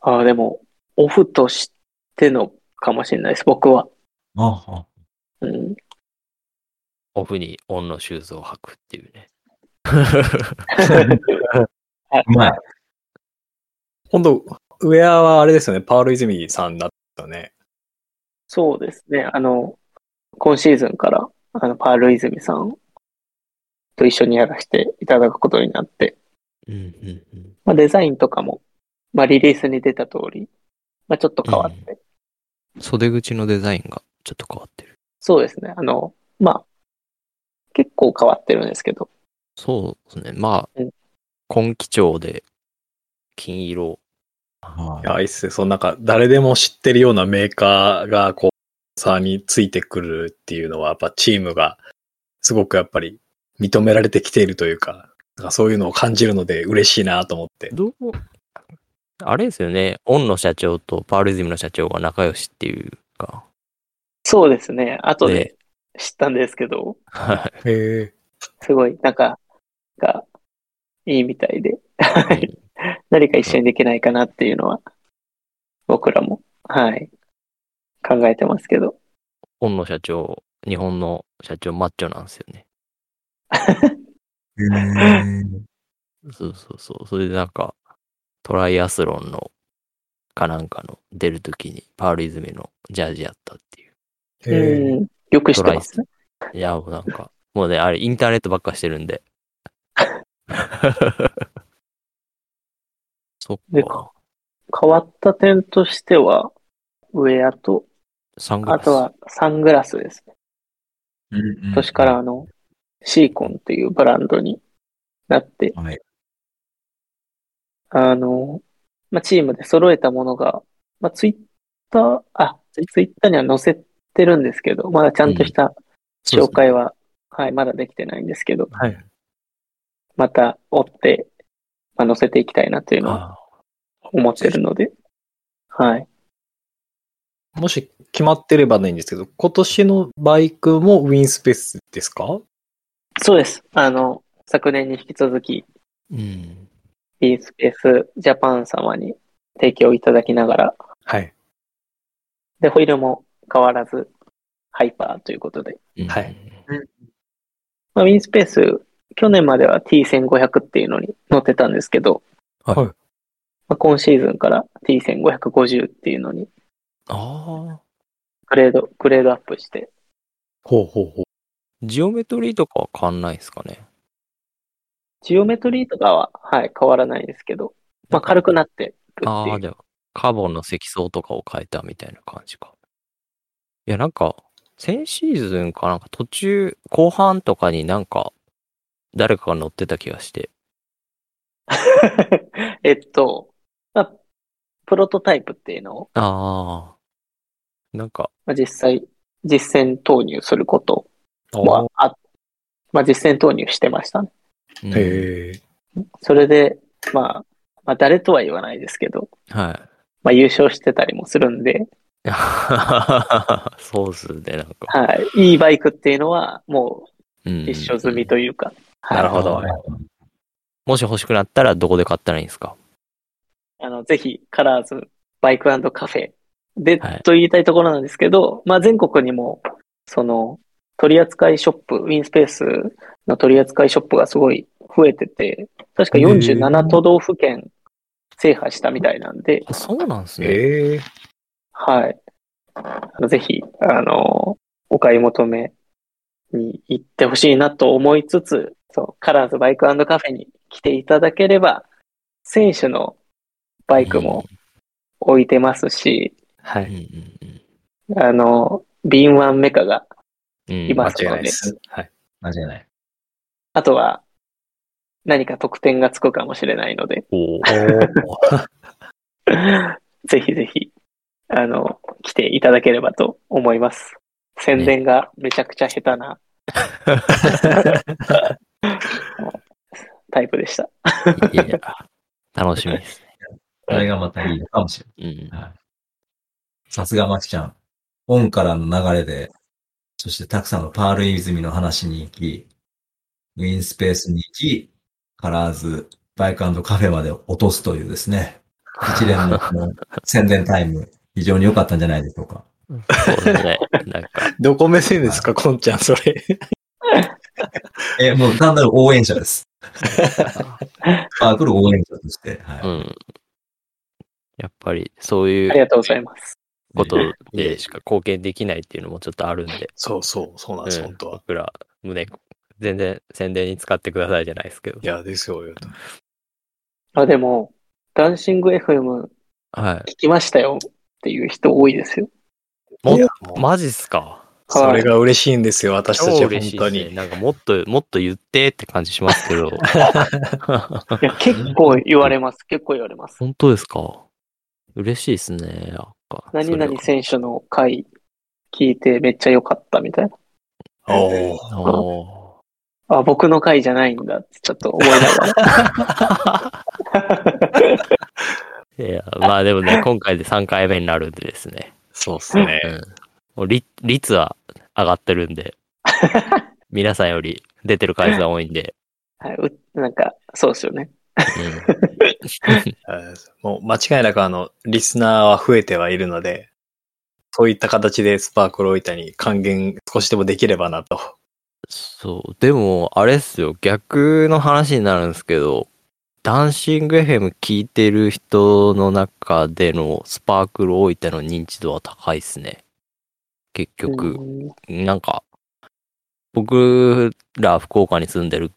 Speaker 2: ああ、でも、オフとしてのかもしれないです、僕は。
Speaker 4: ああ。
Speaker 2: うん。
Speaker 3: オフにオンのシューズを履くっていうね。
Speaker 4: うまい。
Speaker 1: 本当ウェアはあれですよね、パール泉さんだったよね。
Speaker 2: そうですね、あの、今シーズンから、あの、パール泉さんと一緒にやらせていただくことになって、
Speaker 3: うんうんうん
Speaker 2: まあデザインとかも、まあリリースに出た通り、まあちょっと変わって、
Speaker 3: 袖口のデザインがちょっと変わってる。
Speaker 2: そうですね、あの、まあ、結構変わってるんですけど、
Speaker 3: そうですね。まあ
Speaker 2: うん、
Speaker 3: 今季調で金色。
Speaker 1: いや、いいっすね。そのなんか、誰でも知ってるようなメーカーが、こう、さについてくるっていうのは、やっぱチームが、すごくやっぱり認められてきているというか、なんかそういうのを感じるので嬉しいなと思って。
Speaker 3: どうあれですよね。オンの社長とパールズムの社長が仲良しっていうか。
Speaker 2: そうですね。後
Speaker 3: ね
Speaker 2: で知ったんですけど、
Speaker 3: はい
Speaker 1: へ
Speaker 2: すごい仲がいいみたいで、は
Speaker 3: う
Speaker 2: い 何か一緒にできないかなっていうのは、僕らも、はい、考えてますけど。
Speaker 3: オンの社長、日本の社長マッチョなんですよね。そうそうそう。それでなんか、トライアスロンの、かなんかの出るときに、パールイズムのジャージやったっていう。
Speaker 1: え。へ
Speaker 2: うん、よく知ってますね。
Speaker 3: いや、もうなん か、もうね、あれ、インターネットばっかしてるんで。 そっ
Speaker 2: で
Speaker 3: か。
Speaker 2: 変わった点としては、ウェアと、
Speaker 3: サング
Speaker 2: あ
Speaker 3: ラス。
Speaker 2: とはサングラスですね。今年からあの、シーコンっていうブランドになって、
Speaker 4: はい。
Speaker 2: あの、まあ、チームで揃えたものが、まあ、ツイッター、あ、ツイッターには載せてるんですけど、まだちゃんとした
Speaker 3: そうですね
Speaker 2: 紹介は、はい、まだできてないんですけど、
Speaker 1: はい。
Speaker 2: また追って、まあ、載せていきたいなというのは
Speaker 3: あ
Speaker 2: 思ってるので、はい。
Speaker 1: もし決まってればないんですけど、今年のバイクもウィンスペースですか
Speaker 2: そうです。あの、昨年に引き続き、
Speaker 3: うん。
Speaker 2: e スペースジャパン様に提供いただきながら、
Speaker 1: はい。
Speaker 2: で、ホイールも変わらず、ハイパーということで、
Speaker 3: うん
Speaker 1: はい。
Speaker 2: まあ、ウィンスペース、去年までは T1500 っていうのに乗ってたんですけど、
Speaker 3: はい
Speaker 2: まあ、今シーズンから T1550 っていうのに
Speaker 3: ああ。
Speaker 2: グレード、グレードアップして、
Speaker 3: ほうほうほう。ジオメトリーとかは変わんないですかね。
Speaker 2: ジオメトリーとかは、はい、変わらないですけど、まあ、軽くなってるって
Speaker 3: ああー、
Speaker 2: いう。
Speaker 3: じゃあ、カーボンの積層とかを変えたみたいな感じか。いや、なんか、先シーズンかなんか途中、後半とかになんか、誰かが乗ってた気がして。
Speaker 2: えっと、まあ、プロトタイプっていうのを、
Speaker 3: ああ。なんか、
Speaker 2: まあ、実際、実践投入すること
Speaker 3: あ
Speaker 2: もあっまあ、実践投入してましたね。
Speaker 3: ーうん
Speaker 1: へえ。
Speaker 2: それで、まあ、まあ、誰とは言わないですけど、
Speaker 3: はい。
Speaker 2: まあ、優勝してたりもするんで、
Speaker 3: そうっすね、なんか。
Speaker 2: はい、いいバイクっていうのは、もう
Speaker 3: 一
Speaker 2: 一生済みというか、はい
Speaker 1: なるほど。
Speaker 3: もし欲しくなったらどこで買ったらいいんですか
Speaker 2: あの、ぜひ、カラーズバイクカフェで、
Speaker 3: はい
Speaker 2: と言いたいところなんですけど、まあ、全国にも、その、取扱ショップ、ウィンスペースの取扱ショップがすごい増えてて、確か47都道府県制覇したみたいなんで、
Speaker 3: あそうなんですね。
Speaker 1: ええ。
Speaker 2: はい。あのぜひ、あの、お買い求めに行ってほしいなと思いつつ、そう、カラーズバイクカフェに来ていただければ、選手のバイクも置いてますし、
Speaker 1: は
Speaker 3: うん。
Speaker 1: い。
Speaker 3: うんうん
Speaker 2: あの、敏腕メカが、
Speaker 3: うんうん
Speaker 2: 今
Speaker 1: 間違いないです。はい。
Speaker 4: 間違いない。
Speaker 2: あとは何か特典がつくかもしれないので、
Speaker 3: おー
Speaker 2: ぜひぜひ、あの、来ていただければと思います。宣伝がめちゃくちゃ下手なタイプでした。
Speaker 3: いや楽しみですね。
Speaker 4: あれがまたいいのかもしれ
Speaker 3: うん
Speaker 4: ない。はいさすがまきちゃん。オンからの流れで、そしてたくさんのパール泉の話に行き、ウィンスペースに行き、カラーズバイクカフェまで落とすというですね、一連のこの宣伝タイム、非常に良かったんじゃないでしょうか。
Speaker 3: そうですね。なんか、
Speaker 1: どこ目線ですか、こんちゃん、それ。
Speaker 4: え、もう単なる応援者です。パークル応援者として。は
Speaker 3: う
Speaker 4: い
Speaker 3: ん。やっぱり、そうい
Speaker 2: あり
Speaker 3: う
Speaker 2: がとうございます。
Speaker 3: ことでしか貢献できないっていうのもちょっとあるんで、
Speaker 1: そうそう、そうなんです、
Speaker 3: うん
Speaker 1: 本当は。
Speaker 3: 僕ら、胸、全然宣伝に使ってくださいじゃないですけど
Speaker 1: い。や、ですよ、
Speaker 2: あ、でも、ダンシング FM
Speaker 3: はい。
Speaker 2: 聞きましたよっていう人多いですよ。
Speaker 3: も
Speaker 1: いやもう
Speaker 3: マジっすか
Speaker 1: それが嬉しいんですよ、私た
Speaker 3: 超
Speaker 1: ちは
Speaker 3: 嬉
Speaker 1: 本
Speaker 3: しい
Speaker 1: 当
Speaker 3: ですね。
Speaker 1: に。
Speaker 3: なんかもっと、もっと言ってって感じします けど。
Speaker 2: いや、結構言われます。結構言われます。
Speaker 3: 本当ですか嬉しいですね。なんか
Speaker 2: 何々
Speaker 3: それは
Speaker 2: 選手の回聞いてめっちゃ良かったみたいな。
Speaker 1: おお。
Speaker 3: お
Speaker 2: あ、僕の回じゃないんだってちょっと思いながら。
Speaker 3: ーいや、まあでもね、今回で3回目になるんでですね。
Speaker 1: そうっすね。
Speaker 3: もう率率は上がってるんで、皆さんより出てる回数が多いんで。
Speaker 2: はいうなんか、そうですよ
Speaker 1: は
Speaker 2: ね。
Speaker 1: いもう間違いなくあの、リスナーは増えてはいるので、そういった形でスパークロイタに還元少しでもできればなと。
Speaker 3: そう。でも、あれっすよ。逆の話になるんですけど、ダンシング FM 聞いてる人の中でのスパークル大分の認知度は高いっすね。結局、
Speaker 2: うん
Speaker 3: なんか、僕ら福岡に住んでるん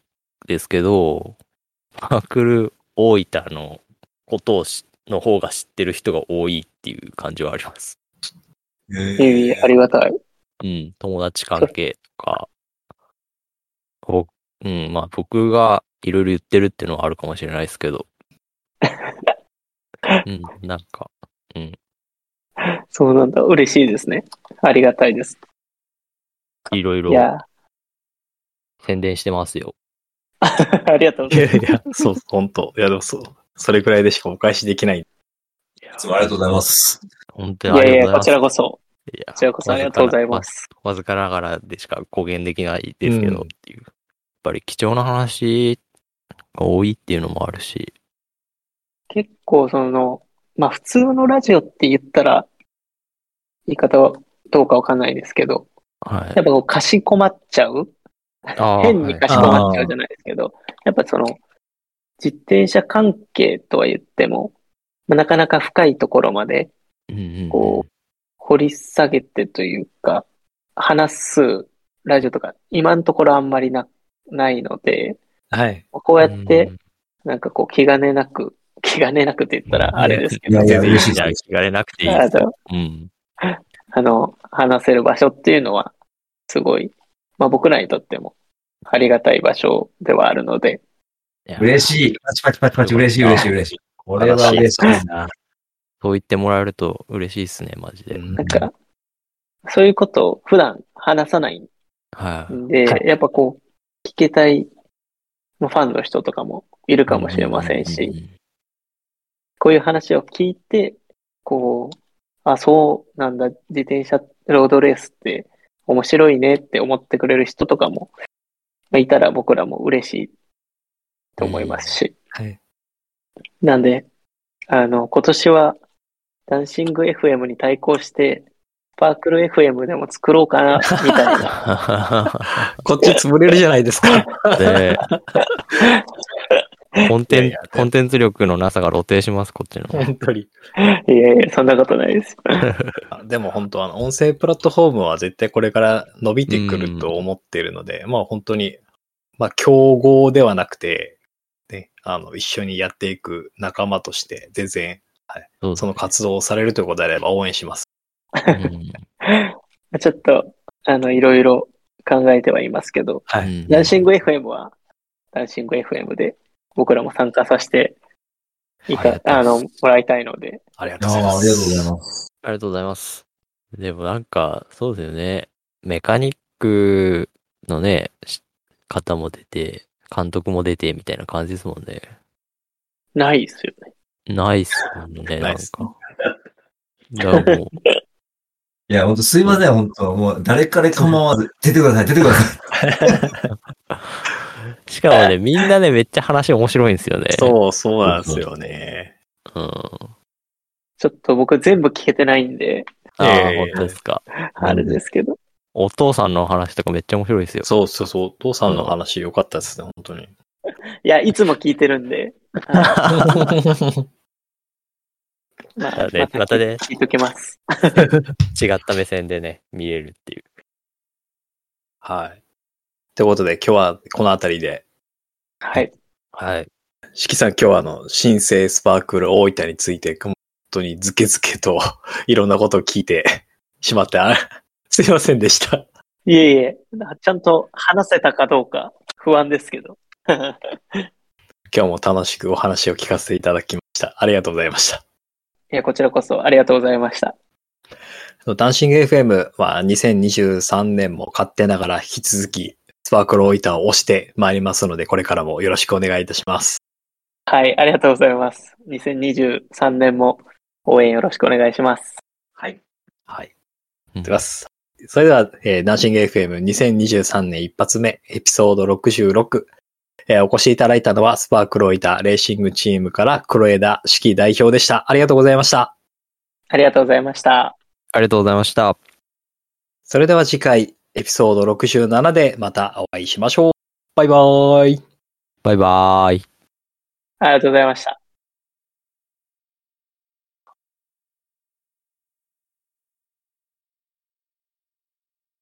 Speaker 3: ですけど、スパークル大分のことをしの方が知ってる人が多いっていう感じはあります。
Speaker 2: いえいえ、ありがたい。
Speaker 3: うん、友達関係とか、僕、うん、まあ僕がいろいろ言ってるっていうのはあるかもしれないです けど、うん、なんか、
Speaker 2: そうなんだ。嬉しいですね。ありがたいです。
Speaker 3: いろいろ
Speaker 2: いや、
Speaker 3: 宣伝してますよ。
Speaker 2: ありがとうご
Speaker 1: い
Speaker 2: ざい
Speaker 1: や
Speaker 2: ます。
Speaker 1: いや、そう、本当いや、でもそう、それくらいでしかお返しできない。
Speaker 4: いつもありがとうございます。
Speaker 3: 本
Speaker 2: い
Speaker 3: 当にあ
Speaker 2: やい
Speaker 3: り
Speaker 2: や
Speaker 3: がとうご
Speaker 2: こ
Speaker 3: ざ
Speaker 2: ち
Speaker 3: い
Speaker 2: ら
Speaker 3: ます。
Speaker 2: こそ、
Speaker 3: いや
Speaker 2: こちらこそありがとうございます。
Speaker 3: わずかながらでしか貢献できないですけど
Speaker 1: うん
Speaker 3: っていう。やっぱり貴重な話が多いっていうのもあるし。
Speaker 2: 結構その、まあ普通のラジオって言ったら、言い方はどうかわかんないですけど、
Speaker 3: はい
Speaker 2: や。っぱこう、かしこまっちゃう
Speaker 3: あー
Speaker 2: 変にかしこ
Speaker 3: はい
Speaker 2: まっちゃうじゃないですけど、やっぱその、自転車関係とは言っても、まあなかなか深いところまで
Speaker 3: うんうんうん
Speaker 2: こう、掘り下げてというか、話すラジオとか、今のところあんまりな、ないので、
Speaker 1: はい。
Speaker 2: こうやって
Speaker 3: ん、
Speaker 2: なんかこう、気兼ねなく、 気兼ねなくって言ったらあれですけ
Speaker 4: い
Speaker 2: ど、
Speaker 4: やいや嬉しい
Speaker 3: じゃあ、
Speaker 4: で
Speaker 3: 聞
Speaker 4: す。
Speaker 3: かれなくていい
Speaker 2: あ
Speaker 3: です。
Speaker 2: の
Speaker 3: うん。
Speaker 2: あの、話せる場所っていうのは、すごい、まあ僕らにとっても、ありがたい場所ではあるので、
Speaker 4: 嬉しい。パチパチパチパチ、嬉しい、嬉しい、嬉しい。これは嬉しいな。
Speaker 3: そう言ってもらえると嬉しいですね、マジで。
Speaker 2: なんか、そういうことを普段話さない
Speaker 3: はい。
Speaker 2: んで、
Speaker 4: はい
Speaker 2: やっぱこう、聞けたい、まあファンの人とかもいるかもしれませんし、
Speaker 3: ううう
Speaker 2: こういう話を聞いて、こう、あ、そうなんだ、自転車ロードレースって面白いねって思ってくれる人とかも、まあいたら僕らも嬉しいと思いますし。
Speaker 1: はい。
Speaker 2: なんで、あの、今年はダンシング FM に対抗して、スパークル FM でも作ろうかな、みたい な。
Speaker 1: こっち潰れるじゃないですか。
Speaker 3: ん で、 コンテンツ、コンテンツ力のなさが露呈します、こっちの。
Speaker 1: 本当に。
Speaker 2: いやいや、そんなことないです。
Speaker 1: あでも本当、あの、音声プラットフォームは絶対これから伸びてくると思っているので、まあ本当に、まあ競合ではなくて、ね、あの、一緒にやっていく仲間として、全然、
Speaker 3: そうです
Speaker 1: その活動をされるということであれば応援します。
Speaker 3: うん
Speaker 2: ちょっと、あの、いろいろ考えてはいますけど、
Speaker 1: は
Speaker 3: う。ん
Speaker 2: ダンシング FM は、ダンシング FM で、僕らも参加させてい
Speaker 3: あり
Speaker 2: た
Speaker 3: が、とうござい
Speaker 2: あ
Speaker 3: ま
Speaker 2: の、
Speaker 3: す
Speaker 2: もらいたいので、
Speaker 1: ありがとう
Speaker 4: あ
Speaker 1: ございます。
Speaker 4: あ、ありがとうございます。
Speaker 3: ありがとうございます。でもなんか、そうですよね。メカニックのね、し方も出て、監督も出て、みたいな感じですもんね。
Speaker 2: ないですよね。
Speaker 3: ないっすもんね、
Speaker 1: な
Speaker 3: ないん
Speaker 1: っす
Speaker 3: か。だからもう、
Speaker 4: いや、ほんとすいません、ほんと。もう、誰から構わず、出てください、出てください。
Speaker 3: しかもね、みんなね、めっちゃ話面白いんですよね。
Speaker 1: そう、そうなんですよね。
Speaker 3: うん。
Speaker 2: ちょっと僕全部聞けてないんで、
Speaker 3: ああ、
Speaker 1: ええ
Speaker 3: 本当ですか。
Speaker 2: あれですけど。
Speaker 3: お父さんのお話とかめっちゃ面白いですよ。
Speaker 1: そうそうそう。お父さんの話良かったですね、本当に。
Speaker 2: いや、いつも聞いてるんで、 ま
Speaker 3: だねまたね
Speaker 2: 聞いときます。
Speaker 3: 違った目線でね、見れるっていう。
Speaker 1: はい。ということで、今日はこの辺りで、
Speaker 2: はい。
Speaker 3: はい。
Speaker 1: しきさん今日はあの、新生スパークル大分について、本当にズケズケと いろんなことを聞いてしまって、あ すいませんでした。
Speaker 2: いえいえ、ちゃんと話せたかどうか不安ですけど。
Speaker 1: 今日も楽しくお話を聞かせていただきました。ありがとうございました。
Speaker 2: いや、こちらこそありがとうございました。
Speaker 1: ダンシング FM は2023年も勝手ながら引き続き、スパークル大分を押してまいりますので、これからもよろしくお願いいたします。
Speaker 2: はい、ありがとうございます。2023年も応援よろしくお願いします。はい。
Speaker 1: はい。
Speaker 3: うん
Speaker 1: ってます。それでは、えーダンシング FM2023 年一発目、エピソード66。えーお越しいただいたのは、スパークロイターレーシングチームから、黒枝四季代表でした。ありがとうございました。
Speaker 2: ありがとうございました。
Speaker 3: ありがとうございました。
Speaker 1: それでは次回、エピソード67でまたお会いしましょう。バイバーイ。
Speaker 3: バイバーイ。
Speaker 2: ありがとうございました。